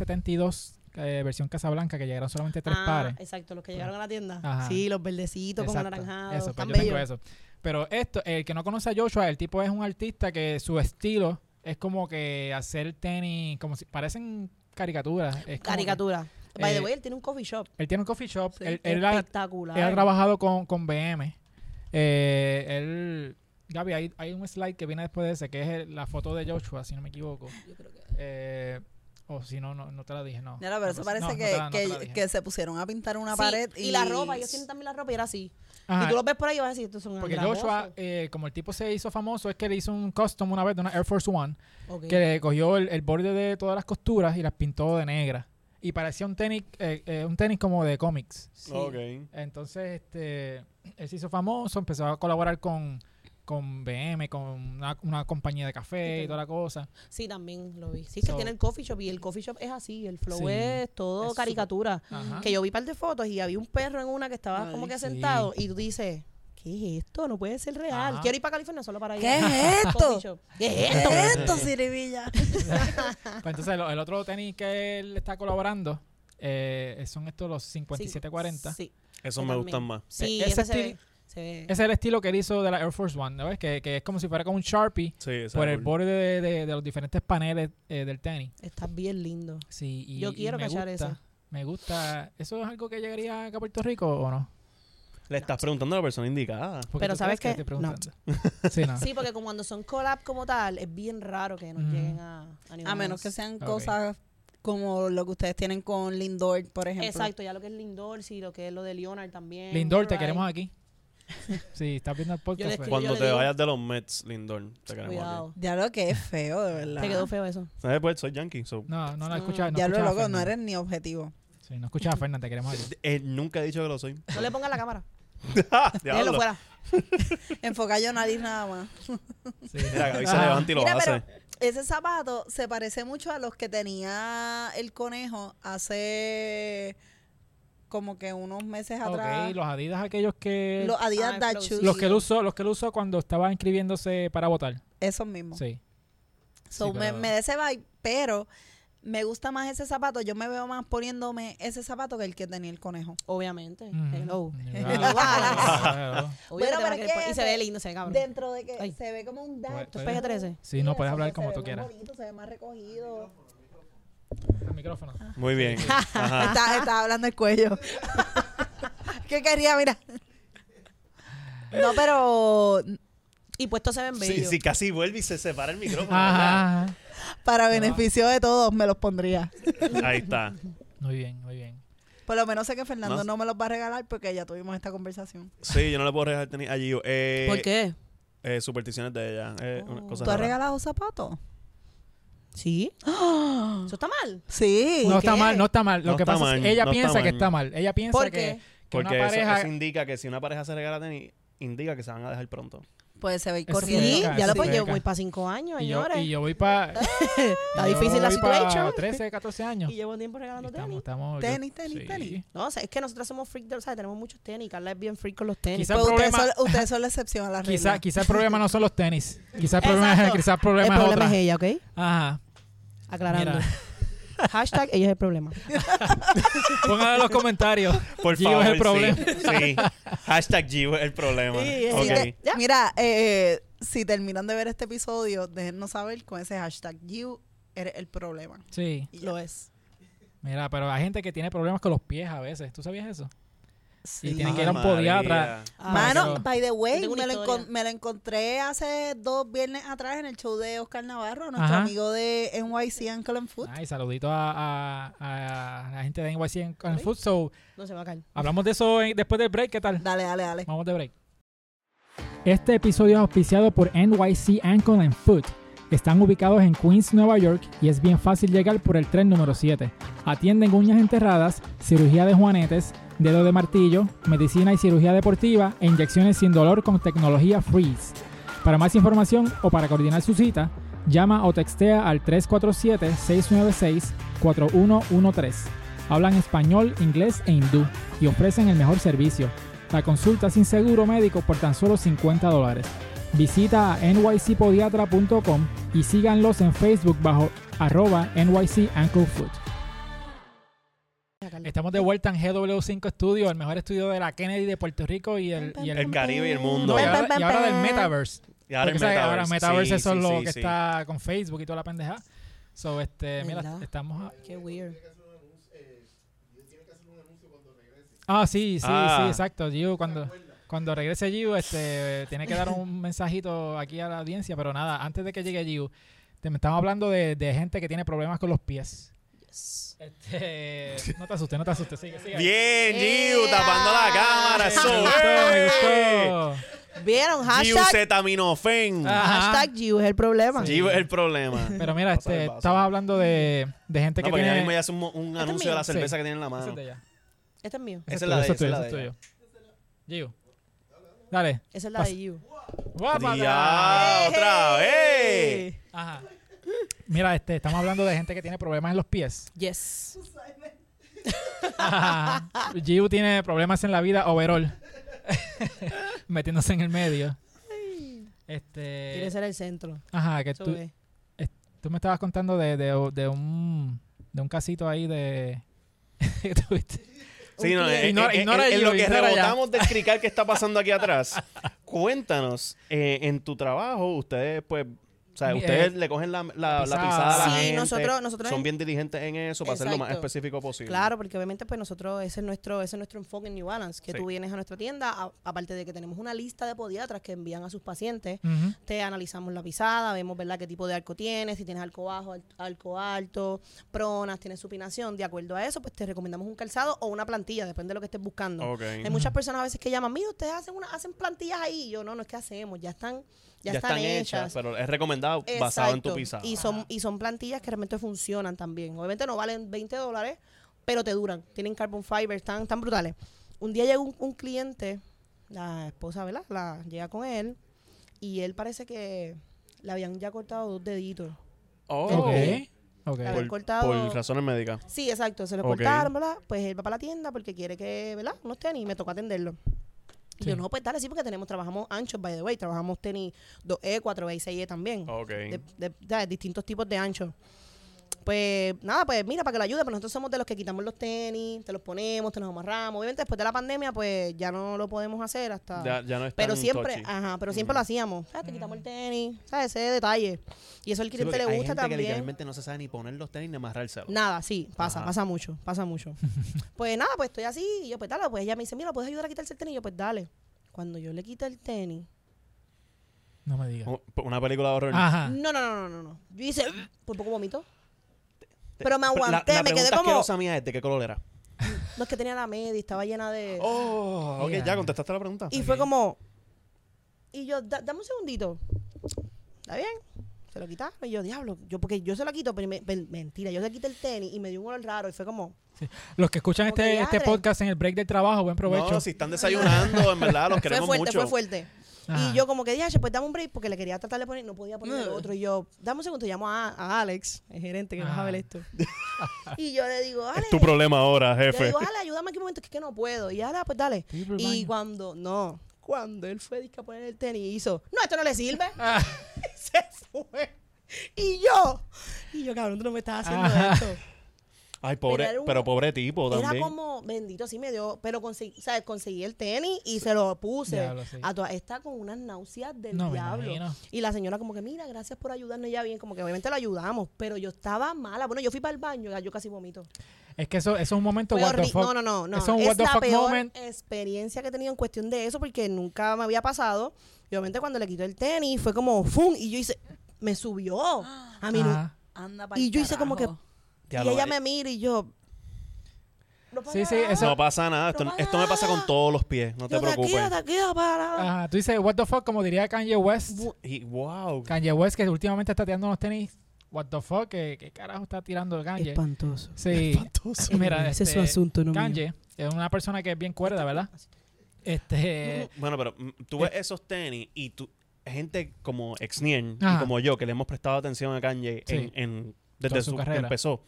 Speaker 1: XC72, eh, versión Casablanca, que llegaron solamente tres
Speaker 5: ah,
Speaker 1: pares.
Speaker 5: Exacto, los que llegaron a la tienda.
Speaker 1: Ajá.
Speaker 5: Sí, los verdecitos con
Speaker 1: Exacto.
Speaker 5: anaranjados.
Speaker 1: Eso, pues
Speaker 5: están
Speaker 1: yo tengo
Speaker 5: bellos.
Speaker 1: eso. Pero esto, el que no conoce a Joshua, el tipo es un artista que su estilo es como que hacer tenis, como si parecen caricaturas. es como que-
Speaker 5: Caricatura. By the
Speaker 1: Eh,
Speaker 5: way, él tiene un coffee shop.
Speaker 1: él tiene un coffee shop,
Speaker 5: Sí,
Speaker 1: él, él ha, él
Speaker 5: espectacular.
Speaker 1: ha trabajado con, con BM. eh, él Gaby, hay, hay un slide que viene después de ese, que es el- la foto de Joshua, si no me equivoco.
Speaker 5: Yo creo que...
Speaker 1: Eh, o si no, no, no te la dije, no. pues,
Speaker 4: Mira, pero eso
Speaker 1: No,
Speaker 4: parece
Speaker 1: no, no
Speaker 4: que,
Speaker 1: te la- no te
Speaker 4: que,
Speaker 1: la dije.
Speaker 4: que se pusieron a pintar una pared y...
Speaker 5: y la ropa, ellos tienen también la ropa y era así.
Speaker 1: Ajá,
Speaker 5: Y tú los ves por ahí y vas a decir, estos son
Speaker 1: porque
Speaker 5: andrajosos.
Speaker 1: Joshua, eh, como el tipo se hizo famoso, es que le hizo un custom una vez de una Air Force One,
Speaker 5: Ok.
Speaker 1: que le cogió el, el borde de todas las costuras y las pintó de negra. Y parecía un tenis, eh, eh, un tenis como de cómics.
Speaker 5: Sí.
Speaker 2: Ok.
Speaker 1: Entonces, este, él se hizo famoso, empezó a colaborar con, con BM, con una, una compañía de café y toda la cosa.
Speaker 5: Sí, también lo vi. Sí, que
Speaker 1: So-
Speaker 5: tiene el coffee shop y el coffee shop es así, el flow
Speaker 1: Sí, Ah.
Speaker 5: es
Speaker 1: es
Speaker 5: todo
Speaker 1: súper-
Speaker 5: caricatura.
Speaker 1: Ajá.
Speaker 5: Que yo vi un par de fotos y había un perro en una que estaba
Speaker 4: Ay,
Speaker 5: como que
Speaker 1: sí.
Speaker 5: sentado y tú dices, ¿qué es esto? No puede ser real.
Speaker 1: Ajá.
Speaker 5: Quiero ir para California solo para ir
Speaker 4: ¿Qué
Speaker 5: al
Speaker 4: es
Speaker 5: coffee
Speaker 4: esto?
Speaker 5: shop. ¿Qué es esto?
Speaker 1: Eh,
Speaker 4: ¿Qué es esto, Sirivilla?
Speaker 1: Pues entonces, lo- el otro tenis que él está colaborando eh, son estos los 5740.
Speaker 5: Sí.
Speaker 2: Esos me gustan más.
Speaker 5: Sí,
Speaker 1: E- ese
Speaker 5: ese se ve-
Speaker 1: estilo-
Speaker 5: se ve-
Speaker 1: Ese es el estilo que él hizo de la Air Force One, ¿no ves? Que, que es como si fuera como un Sharpie
Speaker 2: Sí, esa
Speaker 1: por
Speaker 2: es
Speaker 1: el
Speaker 2: cool.
Speaker 1: borde de, de- de los diferentes paneles eh, del tenis.
Speaker 5: Está bien lindo.
Speaker 1: Sí, y,
Speaker 5: Yo
Speaker 1: y
Speaker 5: quiero
Speaker 1: me
Speaker 5: cachar
Speaker 1: gusta,
Speaker 5: esa.
Speaker 1: Me gusta. ¿Eso es algo que llegaría acá a Puerto Rico o no?
Speaker 2: Le estás preguntando a la persona indicada.
Speaker 1: Porque
Speaker 5: Pero
Speaker 1: tú
Speaker 5: ¿sabes
Speaker 1: crees que
Speaker 5: qué?
Speaker 1: te estoy
Speaker 5: No.
Speaker 1: preguntando. Sí, no.
Speaker 5: Sí, porque como cuando son collab como tal, es bien raro que nos
Speaker 1: Mm.
Speaker 5: lleguen a animales.
Speaker 4: A menos que sean
Speaker 1: Ok.
Speaker 4: cosas como lo que ustedes tienen con Lindor, por ejemplo.
Speaker 5: Exacto, ya lo que es Lindor, sí, lo que es lo de Leonard también.
Speaker 1: Lindor, te
Speaker 5: Alright.
Speaker 1: queremos aquí. Sí, estás viendo el podcast.
Speaker 5: le
Speaker 1: pues.
Speaker 5: escribí-
Speaker 2: Cuando
Speaker 5: le
Speaker 2: te
Speaker 5: digo-
Speaker 2: vayas de los Mets, Lindor, te queremos
Speaker 5: Cuidado.
Speaker 4: Ya lo que es feo, de verdad.
Speaker 5: Te quedó feo eso.
Speaker 2: aquí. ¿Sabes? Pues soy yankee. so-
Speaker 1: No, no la
Speaker 5: Mm.
Speaker 1: escuchas. No
Speaker 4: ya lo
Speaker 1: escuchas a
Speaker 4: loco, no
Speaker 1: Fernan.
Speaker 4: eres ni objetivo.
Speaker 1: Sí, no escuchas a Fernan, te queremos aquí.
Speaker 2: Eh, nunca he dicho que lo soy.
Speaker 5: No le pongas la cámara.
Speaker 2: Diablo.
Speaker 5: Déjalo fuera.
Speaker 4: Enfoca yo nariz nada más.
Speaker 1: Sí. Ah,
Speaker 2: Mira, Gaby se
Speaker 1: Ajá.
Speaker 2: levanta y lo
Speaker 4: Mira,
Speaker 2: hace.
Speaker 4: pero ese zapato se parece mucho a los que tenía el conejo hace como que unos meses atrás.
Speaker 1: Ok, los Adidas aquellos que...
Speaker 4: Los Adidas
Speaker 5: Ah,
Speaker 4: Dad
Speaker 5: Flow, sí.
Speaker 4: Shoes.
Speaker 1: los que él usó, los que él usó cuando estaba inscribiéndose para votar.
Speaker 4: Esos mismos.
Speaker 1: Sí.
Speaker 4: So,
Speaker 1: Sí,
Speaker 4: me,
Speaker 1: pero-
Speaker 4: me da ese vibe, pero me gusta más ese zapato. Yo me veo más poniéndome ese zapato que el que tenía el conejo.
Speaker 5: Obviamente.
Speaker 1: Ujú.
Speaker 5: Hello.
Speaker 1: Claro,
Speaker 5: Hello, Alex.
Speaker 1: claro.
Speaker 5: Obvio
Speaker 4: Bueno,
Speaker 5: que te va a
Speaker 4: pero
Speaker 5: querer
Speaker 4: ¿qué
Speaker 5: poner- y
Speaker 4: es
Speaker 5: se ve
Speaker 4: de-
Speaker 5: lindo, se ve cabrón.
Speaker 4: Dentro de que
Speaker 5: Ay.
Speaker 4: se ve como un
Speaker 1: Puede-
Speaker 4: dad.
Speaker 1: puede-
Speaker 5: ¿Es PG-13?
Speaker 1: Sí, no, puedes
Speaker 4: eso,
Speaker 1: hablar
Speaker 4: que
Speaker 1: como
Speaker 4: se
Speaker 1: tú
Speaker 4: ve más
Speaker 1: quieras.
Speaker 4: bonito, se ve más recogido.
Speaker 1: El micrófono.
Speaker 2: Muy bien.
Speaker 5: Ah,
Speaker 2: Ajá.
Speaker 4: Está, estaba hablando el cuello. ¿Qué quería? Mira. No, pero
Speaker 5: Y puesto se ven
Speaker 2: Sí,
Speaker 5: bellos.
Speaker 2: sí, casi vuelve y se separa el micrófono.
Speaker 1: Ajá. ajá.
Speaker 4: para beneficio de todos me los pondría.
Speaker 2: ¿verdad? Ahí está.
Speaker 1: Muy bien, muy bien.
Speaker 4: Por lo menos sé que Fernando
Speaker 2: Más-
Speaker 4: no me los va a regalar porque ya tuvimos esta conversación.
Speaker 2: Sí, yo no le puedo regalar tenis a Gio. Eh,
Speaker 5: ¿Por qué?
Speaker 2: eh, supersticiones de ella. Eh, una
Speaker 5: Oh.
Speaker 2: cosa
Speaker 4: ¿Tú has
Speaker 2: rara.
Speaker 4: regalado zapatos?
Speaker 5: Sí. Eso está mal.
Speaker 4: Sí.
Speaker 1: No
Speaker 5: qué?
Speaker 1: está mal, no está mal. Lo
Speaker 2: No
Speaker 1: que
Speaker 2: está
Speaker 1: pasa es
Speaker 2: mal,
Speaker 1: que ella
Speaker 2: no está
Speaker 1: piensa que
Speaker 2: mal.
Speaker 1: está mal. Ella piensa
Speaker 5: ¿Por
Speaker 1: que,
Speaker 5: qué?
Speaker 1: que una
Speaker 2: Porque eso-
Speaker 1: pareja...
Speaker 2: eso indica que si una pareja se regala tenis, indica que se van a dejar pronto.
Speaker 4: Puede se ve
Speaker 1: Eso
Speaker 4: corriendo.
Speaker 1: Sí,
Speaker 5: Sí,
Speaker 1: cerca,
Speaker 5: ya lo
Speaker 1: sí,
Speaker 5: pues llevo
Speaker 1: cerca.
Speaker 5: voy para cinco años,
Speaker 1: y, yo,
Speaker 5: señores.
Speaker 1: y yo voy para...
Speaker 5: está difícil la situación.
Speaker 1: 13, 14 años.
Speaker 5: Y llevo tiempo regalando
Speaker 1: Estamos,
Speaker 5: tenis.
Speaker 1: estamos... yo-
Speaker 4: Tenis, tenis,
Speaker 1: sí.
Speaker 4: tenis.
Speaker 5: No, o sea, es que nosotros somos freak, de, o sea, tenemos muchos tenis. Carla es bien freak con los tenis.
Speaker 1: Quizá el
Speaker 4: Pero Pues ustedes,
Speaker 1: problema-
Speaker 4: son, ustedes son la excepción a la regla.
Speaker 1: Quizá, quizá el problema no son los tenis. Quizá el problema, es,
Speaker 5: Exacto.
Speaker 1: quizá el problema es otra.
Speaker 5: ella, ¿ok?
Speaker 1: Ajá.
Speaker 5: Aclarando.
Speaker 1: Mira.
Speaker 5: Hashtag ella es el problema.
Speaker 1: Pónganlo en los comentarios.
Speaker 2: Por
Speaker 1: Gio
Speaker 2: favor,
Speaker 1: es el problema.
Speaker 2: Sí. sí. Hashtag Gio es el problema.
Speaker 5: Sí, es-
Speaker 4: Si
Speaker 2: Ok.
Speaker 4: te- Mira, eh, si terminan de ver este episodio, déjennos saber con ese hashtag. You eres el problema.
Speaker 1: Sí.
Speaker 4: Y ya.
Speaker 5: Lo es.
Speaker 1: Mira, pero hay gente que tiene problemas con los pies a veces. ¿Tú sabías eso?
Speaker 4: Sí.
Speaker 1: tienen que ir a un podiatra.
Speaker 5: Ah,
Speaker 4: Mano,
Speaker 1: Pero-
Speaker 4: by the
Speaker 5: Yo
Speaker 4: way,
Speaker 5: tengo una
Speaker 4: me lo,
Speaker 5: historia.
Speaker 4: encon- me lo encontré hace dos viernes atrás en el show de Oscar Navarro, nuestro
Speaker 1: Ajá. Ah.
Speaker 4: amigo de NYC Ankle and Foot.
Speaker 1: Ay, saludito a, a- a la gente de NYC en, en Food. So,
Speaker 5: No se va a caer.
Speaker 1: hablamos de eso en- después del break. ¿Qué tal?
Speaker 4: Dale, dale, dale.
Speaker 1: Vamos de break. Este episodio es auspiciado por NYC Ankle and Foot. Están ubicados en Queens, Nueva York y es bien fácil llegar por el tren número 7. Atienden uñas enterradas, cirugía de juanetes, dedo de martillo, medicina y cirugía deportiva e inyecciones sin dolor con tecnología Freeze. Para más información o para coordinar su cita, llama o textea al 347-696-4113. Hablan español, inglés e hindú y ofrecen el mejor servicio. La consulta sin seguro médico por tan solo 50 dólares. Visita a nycpodiatra.com y síganlos en Facebook bajo arroba nycanklefoot.
Speaker 5: Mira, Carla.
Speaker 1: Estamos de vuelta en GW5 Studio, el mejor estudio de la Kennedy de Puerto Rico y el, y el-
Speaker 2: El Caribe y el mundo.
Speaker 1: No, y
Speaker 2: y
Speaker 1: ahora, y ahora del Metaverse.
Speaker 2: ahora el
Speaker 1: Porque, ¿sabes?
Speaker 2: Metaverse.
Speaker 1: Ahora Metaverse
Speaker 2: Sí,
Speaker 1: eso
Speaker 2: sí,
Speaker 1: es lo
Speaker 2: sí,
Speaker 1: que
Speaker 2: sí.
Speaker 1: está con Facebook y toda la pendeja. So, este, mira,
Speaker 5: ¿Verdad?
Speaker 1: estamos... a-
Speaker 5: Qué weird.
Speaker 1: Ah, sí, sí,
Speaker 2: Ah.
Speaker 1: Ah, sí, exacto. Gio, cuando, Cuando regrese Giu, este, tiene que dar un mensajito aquí a la audiencia, pero nada, antes de que llegue Giu, te, me estamos hablando de, de gente que tiene problemas con los pies. Este, no te asustes, no te asustes, sigue, sigue.
Speaker 2: Bien, Giu,
Speaker 5: ¡Ea!
Speaker 2: tapando la cámara.
Speaker 1: Me
Speaker 2: Eso
Speaker 1: gustó, me
Speaker 2: es.
Speaker 1: gustó.
Speaker 5: Vieron,
Speaker 2: Giu
Speaker 5: hashtag.
Speaker 2: Cetaminofen.
Speaker 1: Ah.
Speaker 5: Hashtag Giu es el problema.
Speaker 2: Giu es el problema.
Speaker 1: Pero mira,
Speaker 2: Pásale
Speaker 1: este,
Speaker 2: el vaso.
Speaker 1: estabas hablando de, de gente
Speaker 2: No,
Speaker 1: que
Speaker 2: porque ya
Speaker 1: tiene...
Speaker 2: mismo ya hace un, mo- un
Speaker 5: Este es
Speaker 2: anuncio de la
Speaker 5: mío.
Speaker 2: cerveza
Speaker 1: Sí.
Speaker 2: que tiene en la
Speaker 1: Ese es
Speaker 2: mano.
Speaker 1: de ella.
Speaker 5: Este es mío.
Speaker 2: Esa es
Speaker 1: tuyo,
Speaker 2: la de
Speaker 1: ese tuyo,
Speaker 2: ella, esa es
Speaker 1: ese
Speaker 2: la de
Speaker 1: tuyo. Giu. Dale.
Speaker 5: Esa es la de Giu.
Speaker 1: Guápala.
Speaker 2: Ya, otra
Speaker 5: Eh,
Speaker 2: vez.
Speaker 1: Ajá. Mira, este, estamos hablando de gente que tiene problemas en los pies.
Speaker 5: Yes.
Speaker 1: Ajá. Giu tiene problemas en la vida overall. Metiéndose en el medio.
Speaker 5: Quiere
Speaker 1: Este.
Speaker 5: ser el centro.
Speaker 1: Ajá, que
Speaker 5: Eso
Speaker 1: tú,
Speaker 5: es.
Speaker 1: tú me estabas contando de, de, de un de un casito ahí de que tuviste.
Speaker 2: Sí, no, eh, eh,
Speaker 1: Ignora-
Speaker 2: eh,
Speaker 1: ignora
Speaker 2: en, en
Speaker 1: Giu,
Speaker 2: lo que
Speaker 1: ignora ya.
Speaker 2: rebotamos del crical que está pasando aquí atrás, cuéntanos, eh, en tu trabajo, ustedes, pues, o sea,
Speaker 1: Mi-
Speaker 2: ustedes
Speaker 1: eh,
Speaker 2: le cogen la, la, la
Speaker 1: pisada.
Speaker 2: pisada a la
Speaker 5: Sí,
Speaker 2: gente,
Speaker 5: nosotros- nosotros
Speaker 2: son
Speaker 5: en-
Speaker 2: bien diligentes en eso para ser lo más
Speaker 5: Exacto.
Speaker 2: específico posible.
Speaker 5: Claro, porque obviamente pues nosotros, ese es nuestro, ese es nuestro enfoque en New Balance, que
Speaker 2: Sí.
Speaker 5: tú vienes a nuestra tienda, a- aparte de que tenemos una lista de podiatras que envían a sus pacientes,
Speaker 1: Ujú.
Speaker 5: te analizamos la pisada, vemos verdad qué tipo de arco tienes, si tienes arco bajo, al- arco alto, pronas, tienes supinación, de acuerdo a eso, pues te recomendamos un calzado o una plantilla, depende de lo que estés buscando.
Speaker 2: Ok.
Speaker 5: Hay muchas personas a veces que llaman, mira, ustedes hacen una, hacen plantillas ahí, Y yo no, no es que hacemos, ya están, ya, están, hechas.
Speaker 2: pero es recomendado basado en tu
Speaker 5: Exacto.
Speaker 2: pisada.
Speaker 5: Y son, y son plantillas que realmente funcionan también. Obviamente no valen 20 dólares, pero te duran. Tienen carbon fiber, están, están brutales. Un día llega un, un cliente, la esposa, ¿verdad? La, llega con él y él parece que le habían ya cortado dos deditos.
Speaker 2: Oh.
Speaker 1: Ok. Ok.
Speaker 5: Claro.
Speaker 2: Por,
Speaker 5: Haber cortado-
Speaker 2: por razones médicas.
Speaker 5: Sí, exacto, se lo
Speaker 2: Ok.
Speaker 5: cortaron, ¿verdad? Pues él va para la tienda porque quiere que, ¿verdad? Unos tenis y me tocó atenderlo. Y
Speaker 1: Sí.
Speaker 5: yo, no, pues dale, sí, porque tenemos, trabajamos anchos, by the way, trabajamos tenis 2E, 4E E y 6E también.
Speaker 2: Ah, Ok.
Speaker 5: de, de- ¿sabes? distintos tipos de ancho. Pues nada, pues mira, para que lo ayude, pero nosotros somos de los que quitamos los tenis, te los ponemos, te los amarramos. Obviamente después de la pandemia, pues ya no lo podemos hacer hasta...
Speaker 2: Ya, ya no es
Speaker 5: Ah. pero
Speaker 2: tan
Speaker 5: siempre,
Speaker 2: touchy.
Speaker 5: ajá, pero siempre lo hacíamos. ¿Sabes? Te quitamos el tenis, ¿sabes? Ese detalle. Y eso al
Speaker 2: Sí,
Speaker 5: cliente
Speaker 2: porque
Speaker 5: le
Speaker 2: hay
Speaker 5: gusta
Speaker 2: gente que
Speaker 5: también.
Speaker 2: literalmente no se sabe ni poner los tenis ni amarrárselos.
Speaker 5: Nada, sí, pasa,
Speaker 2: Ajá.
Speaker 5: pasa mucho, pasa mucho. pues nada, pues estoy así, y yo pues dale, pues ella me dice, mira, ¿puedes ayudar a quitarse el tenis? Y yo pues dale. Cuando yo le quité el tenis,
Speaker 1: No me digas.
Speaker 2: Un- Una película de horror.
Speaker 1: Ajá.
Speaker 5: no, no, no, no, no, no. Yo hice, por poco vomito. Pero me
Speaker 2: La-
Speaker 5: aguanté,
Speaker 2: la
Speaker 5: me quedé
Speaker 2: pregunta
Speaker 5: como- Pues,
Speaker 2: asquerosa mía es, ¿de qué color era?
Speaker 5: No es que tenía la media y estaba llena de.
Speaker 2: Oh, ok,
Speaker 1: Ya.
Speaker 2: ya contestaste la pregunta.
Speaker 5: y fue como. Y yo, "Da- dame un segundito. ¿Está bien? Se lo quitaron. Y yo, diablo. Yo, porque yo se lo quito, pero me- me- mentira. Yo le quité el tenis y me dio un olor raro. Y fue como.
Speaker 1: Los que escuchan
Speaker 5: Como que
Speaker 1: este,
Speaker 5: ya,
Speaker 1: este
Speaker 5: Andrés.
Speaker 1: podcast en el break del trabajo, buen provecho.
Speaker 2: No, si están desayunando, en verdad, los
Speaker 5: Fue
Speaker 2: queremos
Speaker 5: fuerte,
Speaker 2: mucho.
Speaker 5: fue fuerte.
Speaker 1: Ajá.
Speaker 5: Y yo, como que dije, "Ay, pues dame un break porque le quería tratar de poner. No podía poner el
Speaker 4: Ugh.
Speaker 5: otro. Y yo, dame un segundo. Llamo a, a Alex, el gerente, que nos va
Speaker 1: Ajá.
Speaker 5: a ver esto. y yo le digo, Alex.
Speaker 2: Es tu problema ahora,
Speaker 5: Yo
Speaker 2: jefe.
Speaker 5: digo, Ale, ayúdame aquí un momento, que es que no puedo. Y ahora, pues dale.
Speaker 1: Sí, por el
Speaker 5: Y
Speaker 1: baño.
Speaker 5: cuando, no, cuando él fue disque a poner el tenis, hizo, no, esto no le sirve.
Speaker 1: Ah.
Speaker 5: Y se fue. Y yo, y yo, cabrón, tú no me estás haciendo
Speaker 1: Ajá.
Speaker 5: esto.
Speaker 2: Ay, pobre,
Speaker 5: Pero era
Speaker 2: pero,
Speaker 5: un-
Speaker 2: pobre tipo
Speaker 5: Era
Speaker 2: también.
Speaker 5: como, bendito, sí me dio, pero conseguí, ¿sabes? conseguí el tenis y se lo puse.
Speaker 1: Diablo, sí.
Speaker 5: A toda, está con unas náuseas del
Speaker 1: No, me
Speaker 5: diablo.
Speaker 1: imagino.
Speaker 5: Y la señora como que, mira, gracias por ayudarnos ya bien, como que obviamente lo ayudamos, pero yo estaba mala. Bueno, yo fui para el baño, ya yo casi vomito.
Speaker 1: Es que eso, eso es un momento
Speaker 5: Fue
Speaker 1: what the
Speaker 5: horri-
Speaker 1: fuck.
Speaker 5: No, no, no. no.
Speaker 1: Eso es un what
Speaker 5: es
Speaker 1: the
Speaker 5: la
Speaker 1: fuck
Speaker 5: peor
Speaker 1: moment.
Speaker 5: experiencia que he tenido en cuestión de eso porque nunca me había pasado. Y obviamente cuando le quitó el tenis fue como ¡fum! Y yo hice... Me subió. A mí no-
Speaker 1: Ajá.
Speaker 4: Anda
Speaker 5: Y yo hice como que... Y
Speaker 2: Diablo,
Speaker 5: ella
Speaker 2: eh,
Speaker 5: me mira y yo... "No pasa
Speaker 1: Sí, sí,
Speaker 5: nada".
Speaker 1: eso-
Speaker 2: No pasa nada. Esto,
Speaker 5: No
Speaker 2: esto me pasa con todos los pies. No te
Speaker 5: Yo,
Speaker 2: preocupes.
Speaker 5: Tranquila, tranquila, para.
Speaker 1: Ajá. Tú dices, what the fuck, como diría Kanye West.
Speaker 2: Y, wow.
Speaker 1: Kanye West, que últimamente está tirando unos tenis. What the fuck, ¿qué, qué carajo está tirando el Kanye?
Speaker 5: Espantoso.
Speaker 1: Sí. Y Mira,
Speaker 5: Ese es su
Speaker 1: este,
Speaker 5: asunto, no mío.
Speaker 1: Kanye es una persona que es bien cuerda, ¿verdad? Este.
Speaker 2: Bueno, pero mm, tú
Speaker 1: eh
Speaker 2: ves esos tenis y tú, gente como Exnien y
Speaker 1: Ajá.
Speaker 2: como yo, que le hemos prestado atención a Kanye
Speaker 1: Sí.
Speaker 2: en, en- desde
Speaker 1: Toda
Speaker 2: su,
Speaker 1: su
Speaker 2: que
Speaker 1: carrera.
Speaker 2: empezó.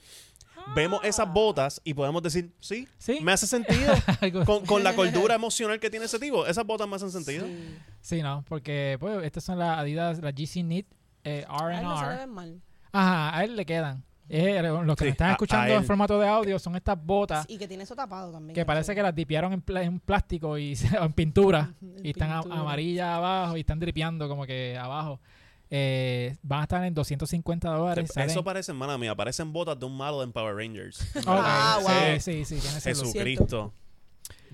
Speaker 2: Vemos esas botas y podemos decir, sí,
Speaker 1: Sí.
Speaker 2: me hace sentido.
Speaker 1: Algo-
Speaker 2: con, con la cordura emocional que tiene ese tipo, esas botas me hacen sentido.
Speaker 1: Sí, no, porque pues, estas son las Adidas, las GC Knit eh,
Speaker 5: Ay, no se le
Speaker 1: R&R.
Speaker 5: ven mal.
Speaker 1: Ajá, a él le quedan. Eh, los que
Speaker 2: Sí,
Speaker 1: me están
Speaker 2: a- a
Speaker 1: escuchando en
Speaker 2: él.
Speaker 1: formato de audio son estas botas
Speaker 5: Y que tiene eso tapado también.
Speaker 1: que parece que las dipearon en, pla- en plástico y se- o en pintura y están a- amarillas abajo y están dripeando como que abajo. Eh, van a estar en 250 dólares.
Speaker 2: Eso
Speaker 1: salen-
Speaker 2: parece, hermana mía, parecen botas de un malo de Power Rangers.
Speaker 1: Ok,
Speaker 5: Ah,
Speaker 1: sí,
Speaker 5: wow.
Speaker 1: sí, sí, tiene ese look.
Speaker 2: Jesucristo.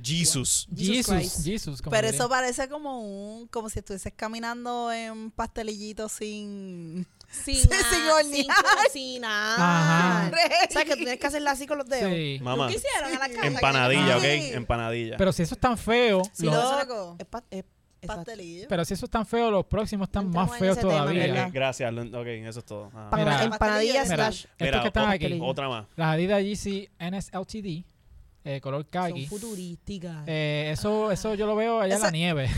Speaker 2: Jesus.
Speaker 5: Jesus
Speaker 1: Jesus,
Speaker 5: Christ.
Speaker 1: Jesus, como
Speaker 4: Pero
Speaker 1: diría.
Speaker 4: eso parece como un, como si estuvieses caminando en pastelillito sin.
Speaker 5: Sin,
Speaker 4: Sí,
Speaker 5: a-
Speaker 4: sin hornear.
Speaker 5: sin cocinar.
Speaker 1: Ajá.
Speaker 5: O sea, que tú tienes que hacerla así con los dedos.
Speaker 1: Sí.
Speaker 2: Mamá.
Speaker 5: ¿Qué hicieron a la casa?
Speaker 2: Empanadilla, ¿ok?
Speaker 4: Sí.
Speaker 2: Empanadilla.
Speaker 1: Pero si eso es tan feo,
Speaker 5: Sí,
Speaker 1: los-
Speaker 5: no,
Speaker 4: Loco.
Speaker 5: eso no- es pa- es- exacto.
Speaker 4: Pastelillo.
Speaker 1: pero si eso es tan feo, los próximos están
Speaker 5: Entremos
Speaker 1: más
Speaker 5: en
Speaker 1: feos
Speaker 5: ese tema,
Speaker 1: todavía.
Speaker 5: ¿verdad?
Speaker 2: Ok, gracias. lo- Ok, eso es todo. Ah. Ajá.
Speaker 5: Pan-
Speaker 1: Mira.
Speaker 5: empanadilla
Speaker 1: Mira.
Speaker 5: slash
Speaker 1: Estos
Speaker 2: Mira,
Speaker 1: que están
Speaker 2: o-
Speaker 1: aquí,
Speaker 2: otra más.
Speaker 1: las Adidas GC NS LTD, eh, color
Speaker 5: son Ah.
Speaker 1: khaki.
Speaker 5: futurísticas.
Speaker 1: Eh, eso, eso yo lo veo allá en la
Speaker 4: Esa-
Speaker 1: nieve.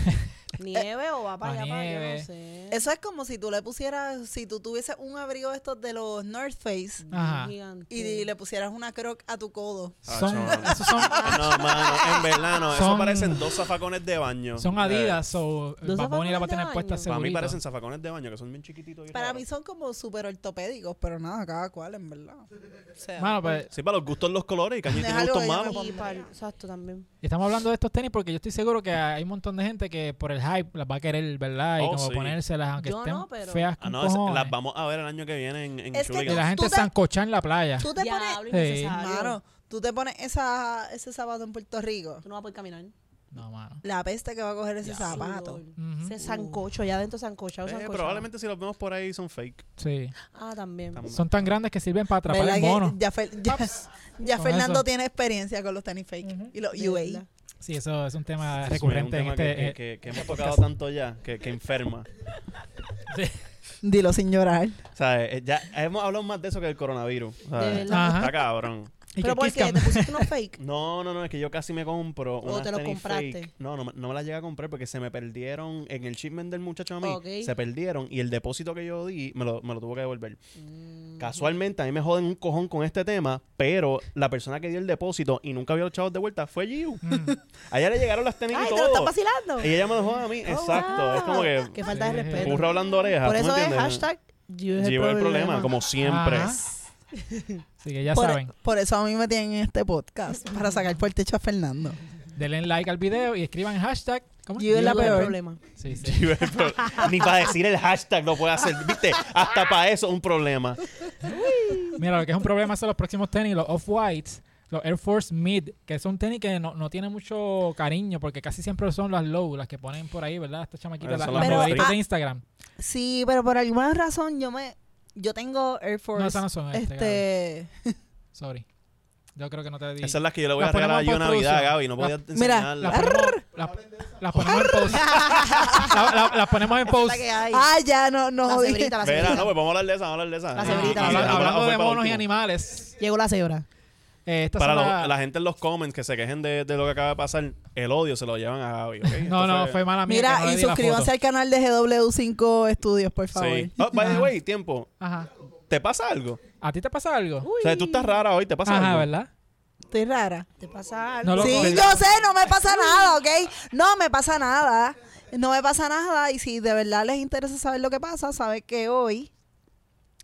Speaker 5: nieve o va para
Speaker 1: la
Speaker 5: allá, para allá,
Speaker 1: nieve.
Speaker 5: no sé.
Speaker 4: Eso es como si tú le pusieras, si tú tuvieses un abrigo de estos de los North Face
Speaker 1: Ajá.
Speaker 5: Gigante.
Speaker 4: y le pusieras una croc a tu codo.
Speaker 2: Ah,
Speaker 1: Son,
Speaker 2: chon.
Speaker 1: esos son,
Speaker 2: No, mano, en verdad no. Eso
Speaker 1: Son-
Speaker 2: parecen dos zafacones de baño.
Speaker 1: son Adidas, o
Speaker 5: ¿Dos
Speaker 1: Bad Bunny la va a
Speaker 5: zapatos
Speaker 1: tener
Speaker 5: de
Speaker 1: puesta
Speaker 5: baño?
Speaker 2: Eh, Para mí
Speaker 1: segurito.
Speaker 2: parecen zafacones de baño, que son bien chiquititos. y
Speaker 4: Para
Speaker 2: raros.
Speaker 4: mí son como súper ortopédicos, pero nada, cada cual, en verdad. O sea,
Speaker 1: Mano, pues,
Speaker 2: Sí, para los gustos los colores y Cañi
Speaker 4: Es
Speaker 2: tiene
Speaker 4: algo
Speaker 2: gustos
Speaker 4: que yo me
Speaker 2: malos.
Speaker 5: Y
Speaker 4: pondría.
Speaker 5: para- exacto, también.
Speaker 1: estamos hablando de estos tenis porque yo estoy seguro que hay un montón de gente que por el hype las va a querer, ¿verdad? Y
Speaker 2: Oh,
Speaker 1: como
Speaker 2: sí.
Speaker 1: ponérselas, aunque
Speaker 5: Yo
Speaker 1: estén
Speaker 5: no, pero-
Speaker 1: feas con
Speaker 2: Ah, no, esas-
Speaker 1: cojones.
Speaker 2: las vamos a ver el año que viene en, en
Speaker 4: Es que
Speaker 1: Y
Speaker 2: Chuligan.
Speaker 1: la gente
Speaker 4: Tú te-
Speaker 1: sancochada en la playa.
Speaker 4: tú te pones,
Speaker 5: Diablo,
Speaker 1: Sí.
Speaker 5: innecesario.
Speaker 4: mano, tú te pones esa, ese zapato en Puerto Rico.
Speaker 5: Tú no vas a poder caminar.
Speaker 1: No, mano.
Speaker 4: La peste que va a coger ese zapato.
Speaker 5: Sudor.
Speaker 1: Ujú.
Speaker 5: Ese sancocho, allá adentro sancochado,
Speaker 2: Eh,
Speaker 5: sancochado.
Speaker 2: probablemente si los vemos por ahí son fake.
Speaker 1: Sí.
Speaker 5: Ah, también.
Speaker 2: Tam-
Speaker 1: Son tan grandes que sirven para atrapar
Speaker 4: ¿Verdad
Speaker 1: el
Speaker 4: que
Speaker 1: mono.
Speaker 4: Ya, Fer- ya- ya
Speaker 1: Con
Speaker 4: Fernando
Speaker 1: eso.
Speaker 4: tiene experiencia con los tenis fake y los
Speaker 5: De
Speaker 4: UAE.
Speaker 5: verdad.
Speaker 1: Sí, eso es un tema
Speaker 2: Dios mío,
Speaker 1: recurrente
Speaker 2: un tema
Speaker 1: en este...
Speaker 2: que,
Speaker 1: eh,
Speaker 2: que- que hemos tocado tanto ya, que, que enferma.
Speaker 4: Dilo sin llorar.
Speaker 2: O sea, eh, ya hemos hablado más de eso que del coronavirus. O sea,
Speaker 5: De verdad.
Speaker 1: Ajá.
Speaker 2: Está cabrón.
Speaker 1: y que
Speaker 5: Pero porque
Speaker 1: Kiss Cam-
Speaker 5: te pusiste unos fake.
Speaker 2: No, no, no, es que yo casi me compro
Speaker 5: O
Speaker 2: unas
Speaker 5: te los
Speaker 2: tenis
Speaker 5: compraste.
Speaker 2: fake. No, no, me- no me las llegué a comprar porque se me perdieron en el shipment del muchacho a mí.
Speaker 5: Ok.
Speaker 2: Se perdieron y el depósito que yo di me lo, me lo tuvo que devolver.
Speaker 4: Mm.
Speaker 2: Casualmente a mí me joden un cojón con este tema, pero la persona que dio el depósito y nunca vio los chavos de vuelta fue Giu.
Speaker 1: Mm,
Speaker 2: Allá le llegaron las tenis
Speaker 5: Ay,
Speaker 2: y
Speaker 5: te lo estás
Speaker 2: todo.
Speaker 5: vacilando.
Speaker 2: Y ella me dejó a mí.
Speaker 5: Oh,
Speaker 2: Exacto.
Speaker 5: wow.
Speaker 2: Es como que
Speaker 5: Qué falta
Speaker 1: Sí.
Speaker 5: de respeto.
Speaker 2: burro hablando orejas.
Speaker 5: Por
Speaker 2: ¿tú me
Speaker 5: eso es
Speaker 2: entiendes?
Speaker 5: hashtag Giu es el
Speaker 2: Giu es el problema,
Speaker 5: problema.
Speaker 2: como siempre.
Speaker 1: Ajá. Así que ya
Speaker 4: por,
Speaker 1: saben.
Speaker 4: por eso a mí me tienen en este podcast, para sacar por el techo a Fernando.
Speaker 1: Denle like al video y escriban hashtag... ¿Cómo?
Speaker 4: Yo e- es la
Speaker 5: Giu es el
Speaker 4: peor.
Speaker 5: problema.
Speaker 1: Sí, sí.
Speaker 2: Giu es el pro- Ni para decir el hashtag lo puede hacer. Viste, hasta para eso es un problema.
Speaker 1: Mira, lo que es un problema son los próximos tenis, los Off-Whites, los Air Force Mid, que son tenis que no, no tienen mucho cariño, porque casi siempre son las low, las que ponen por ahí, ¿verdad? Estas chamaquitas,
Speaker 2: Bueno,
Speaker 1: las, las
Speaker 2: son
Speaker 4: las
Speaker 1: modelitas
Speaker 4: más
Speaker 1: de Instagram.
Speaker 4: Ah, Sí, pero por alguna razón yo me... Yo tengo Air Force.
Speaker 1: No, esas no son este, Gaby.
Speaker 4: este...
Speaker 1: Sorry. Yo creo que no te di.
Speaker 2: Esas son las que yo le voy
Speaker 1: Las
Speaker 2: a regalar a
Speaker 1: ponemos
Speaker 2: Giu
Speaker 1: para
Speaker 2: Navidad,
Speaker 1: producción.
Speaker 2: Gaby. No podía
Speaker 4: mira,
Speaker 1: Las
Speaker 2: enseñarla.
Speaker 1: ponemos, la- las ponemos en post. La- la- Las ponemos en post.
Speaker 5: La que hay.
Speaker 4: Ah, ya, no,
Speaker 5: La
Speaker 4: no. vi.
Speaker 5: cebrita, la
Speaker 2: Mira,
Speaker 5: cebrita.
Speaker 2: no, pues vamos a hablar de esa, vamos a hablar de esa.
Speaker 5: La
Speaker 2: Y- y-
Speaker 5: cebrita, la
Speaker 2: y-
Speaker 5: cebrita.
Speaker 1: Habla-
Speaker 2: la- la-
Speaker 1: Hablando
Speaker 2: fue
Speaker 1: de
Speaker 2: para
Speaker 1: monos y
Speaker 2: último.
Speaker 1: animales.
Speaker 5: Llegó la señora.
Speaker 1: eh, estas
Speaker 2: Para
Speaker 1: son
Speaker 2: lo-
Speaker 1: las-
Speaker 2: la gente en los comments que se quejen de, de lo que acaba de pasar, el odio se lo llevan a Gaby. ¿ok?
Speaker 1: No, no,
Speaker 2: Entonces-
Speaker 1: fue mala mía. que no
Speaker 4: Mira,
Speaker 1: le
Speaker 4: y
Speaker 1: di la
Speaker 4: suscríbanse
Speaker 1: foto.
Speaker 4: al canal de GW5 Estudios, por favor.
Speaker 2: Sí. Oh, by the
Speaker 1: Ajá.
Speaker 2: way, tiempo.
Speaker 1: Ajá.
Speaker 2: ¿Te pasa algo?
Speaker 1: ¿A ti te pasa algo?
Speaker 2: O sea, tú estás rara hoy, ¿te pasa
Speaker 1: Ajá,
Speaker 2: algo?
Speaker 1: ¿verdad?
Speaker 4: Estoy rara.
Speaker 5: ¿Te pasa
Speaker 1: No lo-
Speaker 5: algo?
Speaker 4: sí,
Speaker 1: ¿verdad?
Speaker 4: yo sé, no me pasa nada, ¿ok? No me pasa nada. No me pasa nada. Y si de verdad les interesa saber lo que pasa, saben que hoy,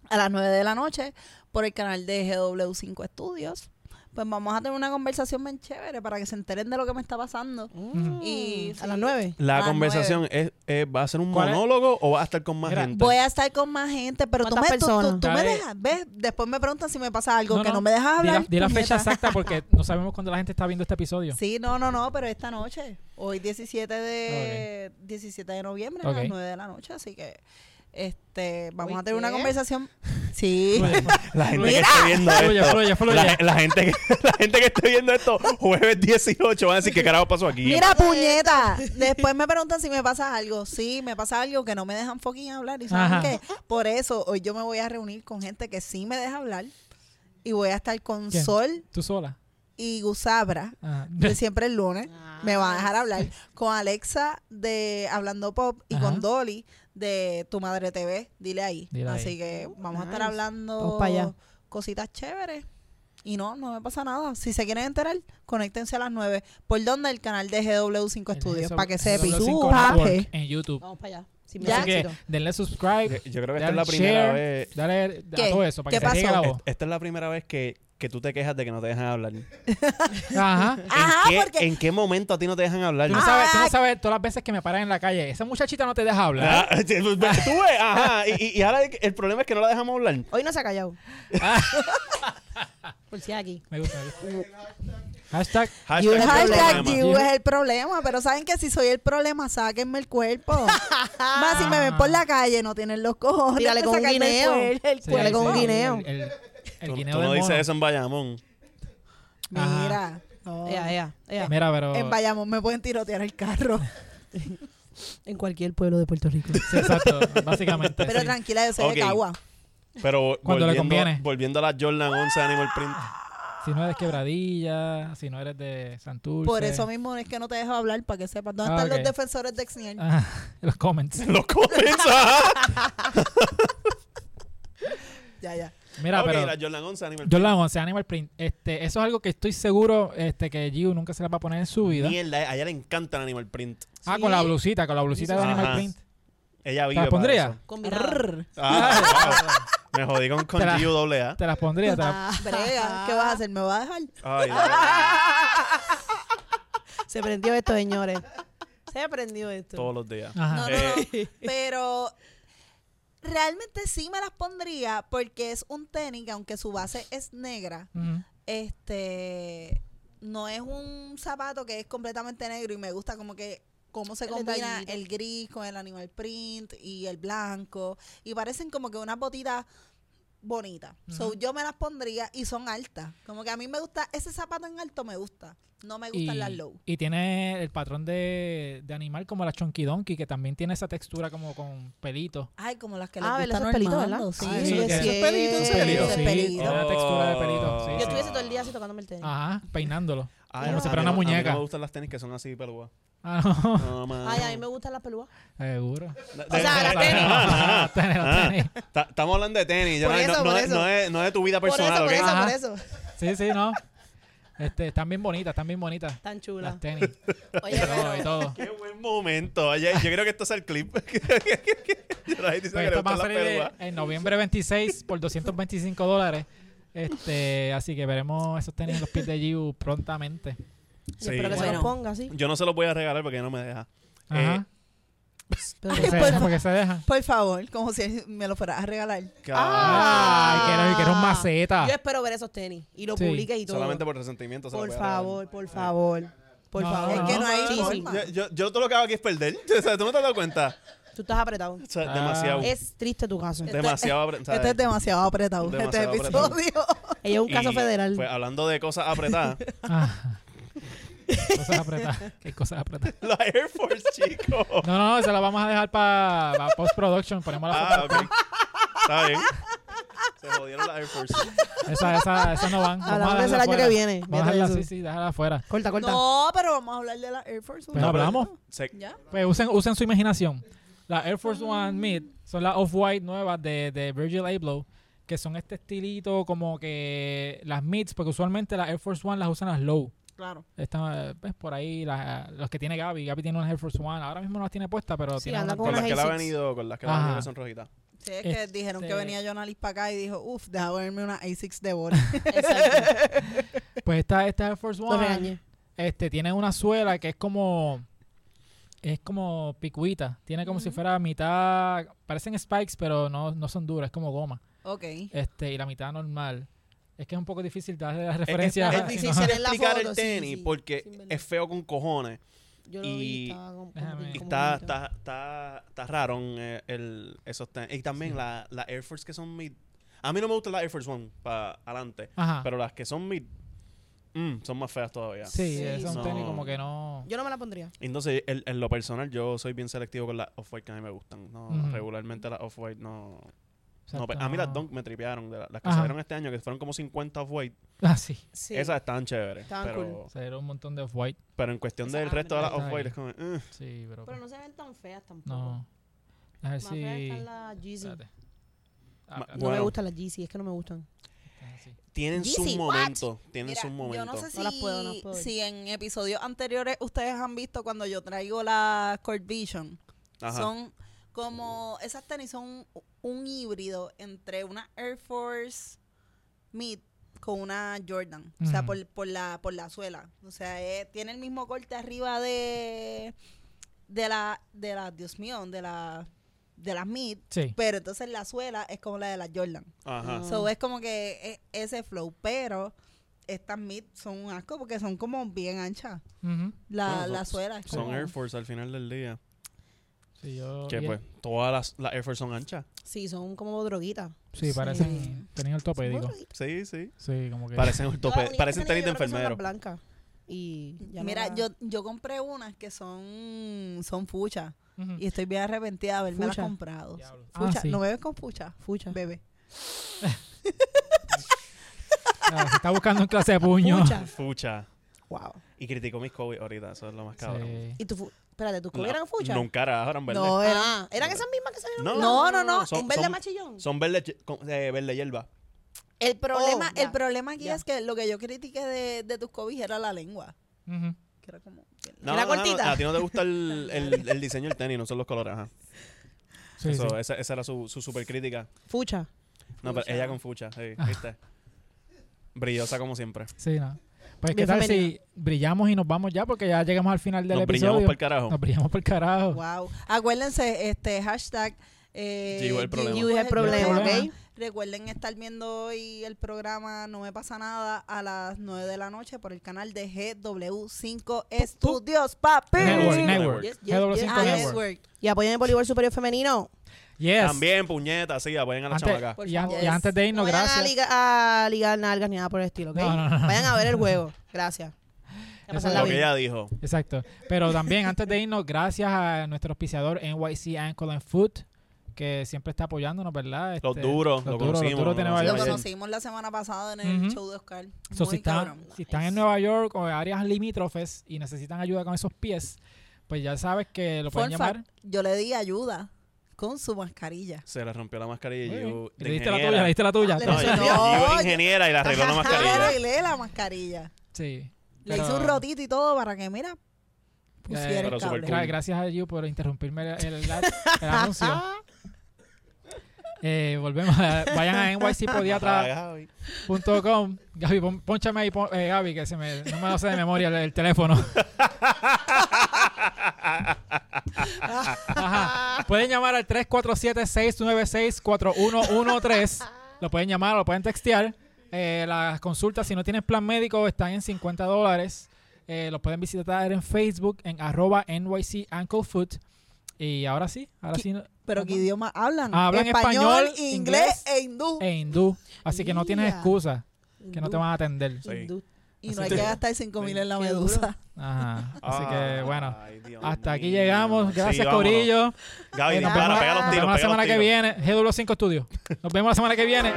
Speaker 4: a las 9 de la noche, por el canal de GW5 Estudios, pues vamos a tener una conversación bien chévere para que se enteren de lo que me está pasando.
Speaker 5: Mm.
Speaker 4: Y
Speaker 5: a las nueve.
Speaker 2: La
Speaker 4: Ah,
Speaker 2: conversación es, eh, va a ser un
Speaker 1: ¿Cuál es?
Speaker 2: monólogo o va a estar con más
Speaker 1: Mira,
Speaker 2: gente.
Speaker 4: Voy a estar con más gente, pero tú me,
Speaker 5: ¿Cuántas
Speaker 4: tú- tú-
Speaker 5: personas?
Speaker 4: tú me
Speaker 1: Dale.
Speaker 4: dejas, ¿ves? Después me preguntan si me pasa algo
Speaker 1: No,
Speaker 4: que
Speaker 1: no.
Speaker 4: no, me dejas
Speaker 1: Di la,
Speaker 4: hablar.
Speaker 1: di la fecha
Speaker 4: puñeta.
Speaker 1: exacta porque no sabemos cuándo la gente está viendo este episodio.
Speaker 4: Sí, no, no, no, pero esta noche, hoy 17 de 17 de noviembre a
Speaker 1: Ok.
Speaker 4: las 9 de la noche, así que este vamos
Speaker 5: Uy,
Speaker 4: a tener una
Speaker 5: ¿qué?
Speaker 4: conversación. Sí.
Speaker 1: Fluye,
Speaker 2: La gente
Speaker 1: Mira.
Speaker 2: que esté viendo
Speaker 1: fluye,
Speaker 2: esto.
Speaker 1: fluye, fluye.
Speaker 2: La, la gente que, la gente que esté viendo esto jueves 18 van a decir qué carajo pasó aquí.
Speaker 4: Mira, puñeta. Después me preguntan si me pasa algo. Sí, me pasa algo que no me dejan fucking hablar. ¿Y
Speaker 1: Ajá.
Speaker 4: saben qué? Por eso hoy yo me voy a reunir con gente que sí me deja hablar. Y voy a estar con
Speaker 1: ¿Quién?
Speaker 4: Sol
Speaker 1: Tú sola.
Speaker 4: y Gusabra.
Speaker 1: Ajá.
Speaker 4: de siempre el lunes me va a dejar hablar con Alexa de Hablando Pop y
Speaker 1: Ajá.
Speaker 4: con Dolly de Tu Madre TV, dile ahí.
Speaker 1: Dile ahí.
Speaker 4: Así que vamos a estar
Speaker 5: Nice.
Speaker 4: hablando
Speaker 5: Vamos pa' allá.
Speaker 4: cositas chéveres. Y no, no me pasa nada. Si se quieren enterar, conéctense a las 9. ¿Por donde El canal de GW5 Estudios, para que sepan.
Speaker 1: W5
Speaker 4: Paje.
Speaker 1: Network en YouTube.
Speaker 5: Vamos para allá. Si me
Speaker 4: Ya.
Speaker 1: Así que
Speaker 5: necesito.
Speaker 1: denle subscribe,
Speaker 2: Yo creo que esta
Speaker 1: Dale
Speaker 2: es la primera
Speaker 1: share.
Speaker 2: vez.
Speaker 1: dale a
Speaker 4: ¿Qué?
Speaker 1: todo eso para que
Speaker 4: ¿Qué
Speaker 1: se riegue la
Speaker 4: pasó?
Speaker 1: voz.
Speaker 2: Esta es la primera vez que, que tú te quejas de que no te dejan hablar.
Speaker 1: Ajá.
Speaker 2: ¿En,
Speaker 4: Ajá,
Speaker 2: qué,
Speaker 4: porque- Ah.
Speaker 2: ¿En qué momento a ti no te dejan hablar?
Speaker 1: Tú no, sabes, tú no sabes todas las veces que me paran en la calle. Esa muchachita no te deja hablar.
Speaker 2: Ah, tú ves, ajá. Y, y- y ahora el problema es que no la dejamos hablar.
Speaker 5: Hoy no se ha callado. Por si hay aquí.
Speaker 1: Me gusta. me gusta. Hashtag.
Speaker 2: Hashtag
Speaker 4: Hashtag
Speaker 2: no hay problema.
Speaker 4: you es el problema, pero saben que si soy el problema, sáquenme el cuerpo. Más si me ven por la calle, no tienen los cojones.
Speaker 5: Tírale
Speaker 4: de
Speaker 5: con un
Speaker 4: sacarme el
Speaker 5: guineo.
Speaker 4: cuer- el
Speaker 1: Sí,
Speaker 5: Dale
Speaker 4: cuerpo.
Speaker 5: con un
Speaker 1: sí,
Speaker 5: guineo.
Speaker 1: El, el- el
Speaker 2: Tú,
Speaker 1: guineo
Speaker 2: tú no
Speaker 1: del
Speaker 2: dices
Speaker 1: mono.
Speaker 2: eso en Bayamón.
Speaker 1: Ajá.
Speaker 4: Mira. no.
Speaker 5: Ea, ea, ea.
Speaker 1: Mira, pero.
Speaker 4: En Bayamón me pueden tirotear el carro.
Speaker 5: En cualquier pueblo de Puerto Rico.
Speaker 1: Sí, exacto, básicamente.
Speaker 4: Pero
Speaker 1: sí.
Speaker 4: tranquila, yo soy
Speaker 2: Ok.
Speaker 4: de Cagua.
Speaker 2: Pero
Speaker 1: Cuando le
Speaker 2: volviendo-
Speaker 1: conviene.
Speaker 2: Volviendo a la Jordan 11 Animal Print.
Speaker 1: Si no eres quebradilla, si no eres de Santurce.
Speaker 4: Ah. Por eso mismo es que no te dejo hablar, para que sepas. ¿Dónde
Speaker 1: Ah,
Speaker 4: están
Speaker 1: ok.
Speaker 4: los defensores de Xniel?
Speaker 1: Ah, los comments.
Speaker 2: Los comments. ajá.
Speaker 4: Ya, ya.
Speaker 1: Mira,
Speaker 2: ok,
Speaker 1: pero.
Speaker 2: la Jordan 11 Animal
Speaker 1: Yo
Speaker 2: Print.
Speaker 1: la 11, Animal Print. Este, eso es algo que estoy seguro este, que Giu nunca se la va a poner en su vida.
Speaker 2: Mierda, eh, a ella le encanta el Animal Print.
Speaker 1: Ah,
Speaker 5: Sí.
Speaker 1: con la blusita, con la blusita de
Speaker 2: Ajá.
Speaker 1: Animal Print.
Speaker 2: Ella
Speaker 1: ¿Te
Speaker 2: vive
Speaker 1: las
Speaker 2: para
Speaker 1: pondría?
Speaker 2: eso.
Speaker 5: Combinada.
Speaker 2: Ah, wow. Me jodí con, con
Speaker 1: Te la-
Speaker 2: GUAA.
Speaker 1: Te las pondría. te las-
Speaker 4: Brega, ¿qué vas a hacer? ¿Me vas a dejar?
Speaker 2: Ay, Dios,
Speaker 5: Se prendió esto, señores. Se prendió esto.
Speaker 2: todos los días.
Speaker 1: Ajá.
Speaker 4: No, no,
Speaker 2: Eh.
Speaker 4: no. Pero realmente sí me las pondría porque es un tenis que aunque su base es negra,
Speaker 1: Ujú.
Speaker 4: este no es un zapato que es completamente negro y me gusta como que cómo se
Speaker 5: El
Speaker 4: combina
Speaker 5: detallito.
Speaker 4: el gris con el animal print y el blanco y parecen como que unas botitas bonitas. So
Speaker 1: Ujú.
Speaker 4: yo me las pondría y son altas. Como que a mí me gusta ese zapato en alto me gusta. No me gustan las low.
Speaker 1: y tiene el patrón de, de animal como la Chonky Donkey, que también tiene esa textura como con pelito.
Speaker 4: Ay, como las que le
Speaker 5: Ah,
Speaker 4: gustan
Speaker 5: ¿verdad?
Speaker 4: a
Speaker 5: Esos pelitos,
Speaker 4: Armando,
Speaker 5: ¿verdad?
Speaker 4: sí.
Speaker 5: Ah,
Speaker 1: Sí, que-
Speaker 5: eso es
Speaker 1: eso es
Speaker 5: cierto.
Speaker 2: pelito, en
Speaker 1: Sí,
Speaker 2: serio.
Speaker 1: sí,
Speaker 4: Pelito.
Speaker 1: tiene la textura de pelito. sí,
Speaker 5: Yo estuve
Speaker 1: sí.
Speaker 5: hace todo el día así tocándome el tenis.
Speaker 1: Ajá, peinándolo.
Speaker 2: Ay,
Speaker 5: Como
Speaker 2: Ah, no,
Speaker 1: si
Speaker 2: a
Speaker 1: fuera
Speaker 2: mí
Speaker 1: una
Speaker 2: no- a mí
Speaker 1: muñeca.
Speaker 2: No me gustan las tenis que son así, peluas.
Speaker 1: Ah, no.
Speaker 2: No, mano.
Speaker 5: Ay, a mí me gustan las pelúas.
Speaker 1: Seguro.
Speaker 2: De-
Speaker 5: O sea,
Speaker 2: de-
Speaker 5: las
Speaker 2: de-
Speaker 5: tenis.
Speaker 2: Ajá,
Speaker 1: Las Ah, tenis, las
Speaker 2: ajá.
Speaker 1: tenis.
Speaker 2: Ta- Estamos hablando de tenis. yo
Speaker 5: Por
Speaker 2: no,
Speaker 5: eso,
Speaker 2: no-
Speaker 5: por
Speaker 2: no es-
Speaker 5: eso.
Speaker 2: no es, no es de tu vida personal,
Speaker 5: por eso,
Speaker 2: ¿ok?
Speaker 1: Ajá.
Speaker 5: por eso, por eso.
Speaker 1: Sí, sí, no. Este, están bien bonitas, están bien bonitas.
Speaker 5: Tan chula.
Speaker 1: Las tenis.
Speaker 5: Oye,
Speaker 1: Y todo, y todo.
Speaker 2: Qué buen momento. Oye, yo creo que esto es el clip. Yo la gente
Speaker 1: Pues
Speaker 2: dice que le
Speaker 1: esto va a
Speaker 2: gustan las
Speaker 1: salir
Speaker 2: peluas.
Speaker 1: de- en noviembre 26 por 225 dólares. Este, así que veremos esos tenis en los pies de Giu prontamente.
Speaker 5: Y espero que se
Speaker 4: Bueno.
Speaker 5: los ponga así.
Speaker 2: Yo no se los voy a regalar porque no me deja. Eh.
Speaker 1: Ajá.
Speaker 5: Pero-
Speaker 1: Porque
Speaker 2: Pues-
Speaker 1: se-
Speaker 4: bueno.
Speaker 1: porque se dejan.
Speaker 4: Por favor, como si me lo fueras a regalar.
Speaker 5: Ah,
Speaker 2: ah,
Speaker 1: Ay, que era, que era un
Speaker 5: Yo
Speaker 1: maceta.
Speaker 5: espero ver esos tenis y los
Speaker 1: Sí.
Speaker 5: publiques y todo.
Speaker 2: Solamente por resentimiento. se los
Speaker 5: por
Speaker 2: voy a regalar.
Speaker 5: favor, por favor. Por
Speaker 1: No,
Speaker 5: favor.
Speaker 1: no,
Speaker 4: Es que no hay
Speaker 5: Sí, sí.
Speaker 4: forma.
Speaker 2: Yo, yo, yo todo lo que hago aquí es perder. O sea, ¿Tú no te has dado cuenta?
Speaker 5: Tú estás apretado.
Speaker 2: O sea,
Speaker 1: Ah.
Speaker 2: demasiado.
Speaker 5: Es triste tu caso. Ella
Speaker 2: demasiado. abre- o sea,
Speaker 4: Este es demasiado apretado,
Speaker 2: Demasiado
Speaker 4: este
Speaker 2: apretado.
Speaker 4: episodio.
Speaker 5: es un caso
Speaker 2: y,
Speaker 5: federal.
Speaker 2: Pues hablando de cosas apretadas,
Speaker 1: Ah. Cosas apretadas. Qué cosas apretadas.
Speaker 2: la Air Force, chicos.
Speaker 1: No, no, no, se la vamos a dejar para post production. Ponemos la foto.
Speaker 2: Ah, ok. Está bien. Se jodieron la Air Force.
Speaker 1: Esa, esa, esa no van. Vamos a
Speaker 5: Hablamos de eso
Speaker 1: dejarla
Speaker 5: el año
Speaker 1: afuera.
Speaker 5: que viene.
Speaker 1: Vamos a
Speaker 5: Mira
Speaker 1: dejarla,
Speaker 5: eso.
Speaker 1: sí, sí, déjala afuera.
Speaker 5: Corta, corta.
Speaker 4: No, pero vamos a hablar de la Air Force One.
Speaker 1: Pues hablamos.
Speaker 2: Se-
Speaker 4: ¿Ya?
Speaker 1: Pues usen, usen su imaginación. Las Air Force One Mid son las Off-White nuevas de, de Virgil Abloh, que son este estilito como que las Mids, porque usualmente las Air Force One las usan las Low.
Speaker 4: Claro.
Speaker 1: Están, eh, pues, por ahí las- los que tiene Gaby. Gaby tiene unas Air Force One. Ahora mismo no las tiene puestas, pero
Speaker 5: Sí,
Speaker 1: tiene
Speaker 5: anda
Speaker 1: unas
Speaker 5: con
Speaker 2: con las
Speaker 5: unas
Speaker 2: que la ha
Speaker 5: Asics.
Speaker 2: venido, con las que la ha
Speaker 1: Ajá.
Speaker 2: venido que son rojitas.
Speaker 4: Sí, es que
Speaker 1: Este-
Speaker 4: dijeron que venía Jonalis para acá y dijo, uff, deja verme una A6 de Boris.
Speaker 5: Exacto.
Speaker 1: Pues esta, esta Air Force
Speaker 5: Lo
Speaker 1: One
Speaker 5: regañé.
Speaker 1: este, tiene una suela que es como. Es como picuita. Tiene como si fuera mitad. Parecen spikes, pero no, no son duras, es como goma.
Speaker 4: ok.
Speaker 1: Este, y la mitad normal. Es que es un poco difícil darle la
Speaker 2: Es-
Speaker 1: referencia.
Speaker 2: es,
Speaker 1: a-
Speaker 2: es
Speaker 1: si no-
Speaker 2: difícil
Speaker 5: Ver la
Speaker 2: explicar
Speaker 5: foto,
Speaker 2: el
Speaker 5: sí,
Speaker 2: tenis
Speaker 5: sí,
Speaker 2: porque
Speaker 5: sí, verdad.
Speaker 2: es feo con cojones.
Speaker 5: Yo lo vi,
Speaker 2: Y-
Speaker 5: estaba como-
Speaker 1: Déjame
Speaker 5: como
Speaker 1: ver.
Speaker 2: Y
Speaker 5: como
Speaker 2: está,
Speaker 5: bonito.
Speaker 2: está, está, está raro eh, el, esos tenis. Y también
Speaker 1: Sí.
Speaker 2: la, la Air Force que son mid. A mí no me gusta la Air Force One para adelante.
Speaker 1: Ajá.
Speaker 2: Pero las que son mid mm, son más feas todavía.
Speaker 1: sí,
Speaker 5: Sí,
Speaker 1: es un
Speaker 2: no.
Speaker 1: tenis como que no.
Speaker 5: Yo no me la pondría.
Speaker 2: Entonces, el- en lo personal, yo soy bien selectivo con las off-white que a mí me gustan. No,
Speaker 1: Ujú.
Speaker 2: Regularmente las off-white no, no,
Speaker 1: exacto,
Speaker 2: pe- A mí las
Speaker 1: no.
Speaker 2: Dunk me tripearon. de la- las que
Speaker 1: Ajá.
Speaker 2: salieron este año, que fueron como 50 off-white.
Speaker 1: Ah, sí.
Speaker 5: Sí.
Speaker 2: Esas estaban chéveres.
Speaker 5: Estaban
Speaker 2: pero,
Speaker 1: Salieron un montón de off-white.
Speaker 2: pero en cuestión
Speaker 5: Esas
Speaker 2: del
Speaker 5: ah,
Speaker 2: resto de las
Speaker 1: verdad.
Speaker 2: off-white, es como. eh,
Speaker 1: Sí, pero.
Speaker 5: Pero no se ven tan feas tampoco.
Speaker 1: no. A ver
Speaker 5: Más feas
Speaker 1: si.
Speaker 5: están las Yeezy.
Speaker 1: Espérate. Ah,
Speaker 2: Ma-
Speaker 1: acá,
Speaker 5: No me
Speaker 2: Bueno.
Speaker 5: gustan las Yeezy, es que no me gustan.
Speaker 1: acá, sí.
Speaker 2: tienen
Speaker 5: Yeezy,
Speaker 2: sus
Speaker 5: what?
Speaker 2: momentos. Tienen
Speaker 4: Mira,
Speaker 2: sus momentos.
Speaker 4: yo no sé si,
Speaker 5: No las puedo, no las puedo ver.
Speaker 4: si en episodios anteriores ustedes han visto cuando yo traigo la Court Vision.
Speaker 2: Ajá.
Speaker 4: Son como, esas tenis son un, un híbrido entre una Air Force Mid con una Jordan, o sea,
Speaker 1: Ujú.
Speaker 4: por, por la, por la suela. O sea, eh, tiene el mismo corte arriba de, de la, de la, Dios mío, de la, de las Mid,
Speaker 1: Sí.
Speaker 4: pero entonces la suela es como la de la Jordan.
Speaker 2: Ajá.
Speaker 5: Ah.
Speaker 4: So, es como que eh, ese flow, pero estas mid son un asco porque son como bien anchas.
Speaker 1: Ujú.
Speaker 4: La,
Speaker 2: Bueno, son-
Speaker 4: la suela es
Speaker 2: Son
Speaker 4: como-
Speaker 2: Air Force al final del día.
Speaker 1: Sí, yo-
Speaker 2: Que
Speaker 1: y-
Speaker 2: pues, todas las, las Air Force son anchas.
Speaker 5: Sí, son como droguitas.
Speaker 1: Sí, parecen. Tenían ortopédico.
Speaker 5: Droguitas.
Speaker 2: Sí, sí.
Speaker 1: Sí, como que.
Speaker 2: Parecen,
Speaker 5: Todas
Speaker 2: ortope-
Speaker 5: las únicas
Speaker 2: parecen
Speaker 5: que
Speaker 2: tenis de
Speaker 5: tenía yo creo que son las
Speaker 2: enfermero.
Speaker 5: blancas. Y ya no
Speaker 4: Mira,
Speaker 5: la-
Speaker 4: yo, yo compré unas que son, son fuchas
Speaker 1: Ujú.
Speaker 4: y estoy bien arrepentida de haberme las
Speaker 5: Fucha.
Speaker 4: comprado.
Speaker 1: Diablo. Ah,
Speaker 4: Fucha,
Speaker 1: sí.
Speaker 4: no bebes con fucha,
Speaker 5: Fucha.
Speaker 4: bebé.
Speaker 1: Ah, se está buscando un clase de puño.
Speaker 5: Fucha.
Speaker 2: Fucha.
Speaker 5: Wow.
Speaker 2: Y criticó mis Kobe ahorita. Eso es lo más cabrón.
Speaker 1: Sí.
Speaker 5: ¿Y tú fu espérate, ¿tus
Speaker 2: No,
Speaker 5: eran fucha?
Speaker 2: Nunca era, eran verdes.
Speaker 5: No, eran, ¿eran
Speaker 2: No.
Speaker 5: esas mismas que salieron.
Speaker 2: No,
Speaker 4: No, no, no.
Speaker 2: Son,
Speaker 5: ¿Un verde
Speaker 2: son-
Speaker 5: machillón?
Speaker 2: son verdes ch- con- eh, verde hierba.
Speaker 4: El problema,
Speaker 5: Oh, ya,
Speaker 4: el problema aquí
Speaker 5: ya.
Speaker 4: es que lo que yo critiqué de, de tus cobijas era la lengua.
Speaker 1: Ujú.
Speaker 4: Que era como...
Speaker 2: No, no,
Speaker 5: ¿Era
Speaker 2: no, no,
Speaker 5: cortita?
Speaker 2: A ti no te gusta el, el- el diseño del tenis, no son los colores. Ajá.
Speaker 1: Sí,
Speaker 2: Eso,
Speaker 1: sí.
Speaker 2: Esa, esa era su, su super crítica.
Speaker 5: Fucha.
Speaker 2: No, pero ella con fucha, sí,
Speaker 1: Ah.
Speaker 2: ¿viste? Brillosa como siempre.
Speaker 1: Sí, no. Pues, ¿qué
Speaker 5: Bien
Speaker 1: tal si
Speaker 5: femenina.
Speaker 1: brillamos y nos vamos ya? Porque ya llegamos al final del
Speaker 2: Nos brillamos
Speaker 1: episodio.
Speaker 2: para el carajo.
Speaker 1: Nos brillamos por carajo.
Speaker 4: Wow. Acuérdense, este hashtag. Eh,
Speaker 2: Llegó el problema.
Speaker 4: Gigi
Speaker 5: Llegó
Speaker 4: es
Speaker 5: el problema,
Speaker 4: problema.
Speaker 5: ¿ok?
Speaker 4: Recuerden estar viendo hoy el programa No Me Pasa Nada a las 9 de la noche por el canal de GW5 Estudios, papi.
Speaker 1: Network, network.
Speaker 2: Network.
Speaker 5: Yes, yes,
Speaker 1: GW5
Speaker 5: yes.
Speaker 4: Ah,
Speaker 1: Network.
Speaker 4: network.
Speaker 5: Y apoyen el voleibol superior femenino.
Speaker 1: Yes.
Speaker 2: También, puñetas, sí, vayan a la
Speaker 1: Antes-
Speaker 2: chamaca.
Speaker 5: Por
Speaker 1: y, an-
Speaker 5: favor.
Speaker 1: y antes de
Speaker 5: No
Speaker 1: irnos,
Speaker 5: vayan a
Speaker 1: gracias.
Speaker 5: ligar, a ligar nalgas ni nada por el estilo, ¿ok?
Speaker 1: No, no, no.
Speaker 5: Vayan a ver el juego. Gracias. Que
Speaker 1: Eso es
Speaker 5: pasenla
Speaker 2: Lo que
Speaker 5: bien.
Speaker 2: ella dijo.
Speaker 1: Exacto. Pero también, antes de irnos, gracias a nuestro auspiciador NYC Ankle and Foot, que siempre está apoyándonos, ¿verdad?
Speaker 2: Los
Speaker 1: Este,
Speaker 2: duros,
Speaker 1: los
Speaker 2: lo
Speaker 1: duros,
Speaker 2: conocimos.
Speaker 1: los duros de Nueva
Speaker 4: Lo
Speaker 1: York.
Speaker 4: conocimos la semana pasada en el
Speaker 1: Ujú.
Speaker 4: show de Oscar.
Speaker 1: So,
Speaker 4: Muy
Speaker 1: si, están,
Speaker 4: cabrón.
Speaker 1: si están en Nueva York o en áreas limítrofes y necesitan ayuda con esos pies, pues ya sabes que lo pueden
Speaker 4: Fun
Speaker 1: llamar.
Speaker 4: fact, yo le di ayuda con su mascarilla.
Speaker 2: Se le rompió la
Speaker 1: Muy
Speaker 2: mascarilla y
Speaker 1: bien.
Speaker 2: yo.
Speaker 1: Y
Speaker 2: de
Speaker 1: Le diste la tuya,
Speaker 2: ingeniera.
Speaker 1: le diste la tuya.
Speaker 5: Le
Speaker 2: No,
Speaker 5: diste-
Speaker 2: yo-
Speaker 5: No,
Speaker 2: yo
Speaker 4: yo-
Speaker 2: ingeniera y le arregló la
Speaker 4: Yo le
Speaker 2: mascarilla.
Speaker 4: arreglé la mascarilla.
Speaker 1: Sí.
Speaker 4: Le hice un
Speaker 1: Pero-
Speaker 4: rotito y todo para que, mira, pusiera
Speaker 1: pero
Speaker 4: el
Speaker 2: súper
Speaker 4: cable.
Speaker 2: cool.
Speaker 1: Gra- gracias a you por interrumpirme el, el- el- el anuncio. Eh, volvemos. a- vayan a nycpodiatra.com.
Speaker 2: Ah, Gaby.
Speaker 1: Gaby, pon- ponchame ahí, pon- eh, Gaby, que se me, no me lo sé de memoria el, el teléfono. Ajá. Pueden llamar al 347-696-4113. Lo pueden llamar, lo pueden textear. Eh, las consultas, si no tienes plan médico, están en 50 dólares. Eh, lo pueden visitar en Facebook, en arroba NYC Ankle Foot. Y ahora sí, ahora sí. no-
Speaker 4: Pero ¿qué idioma hablan?
Speaker 1: Hablan
Speaker 4: español,
Speaker 1: español, inglés.
Speaker 4: inglés, e hindú.
Speaker 1: E hindú. Así que no tienes
Speaker 5: Mira.
Speaker 1: excusa que no te van a atender.
Speaker 2: Sí.
Speaker 5: Hindú.
Speaker 4: y no hay
Speaker 1: Así
Speaker 4: que
Speaker 1: que-
Speaker 4: gastar 5 mil en la
Speaker 5: Qué
Speaker 4: medusa.
Speaker 1: Ajá. Así que bueno.
Speaker 2: Ay, Dios
Speaker 1: Hasta aquí
Speaker 2: mío.
Speaker 1: llegamos.
Speaker 2: Ah. Sí,
Speaker 1: Gracias,
Speaker 2: vámonos.
Speaker 1: Corillo.
Speaker 2: Gaby,
Speaker 1: Eh, nos
Speaker 2: dispara,
Speaker 1: vemos- nos vemos
Speaker 2: pega los tiros.
Speaker 1: la
Speaker 2: pega los
Speaker 1: semana que
Speaker 2: tiros.
Speaker 1: viene. GW5 Studio. Nos vemos la semana que viene.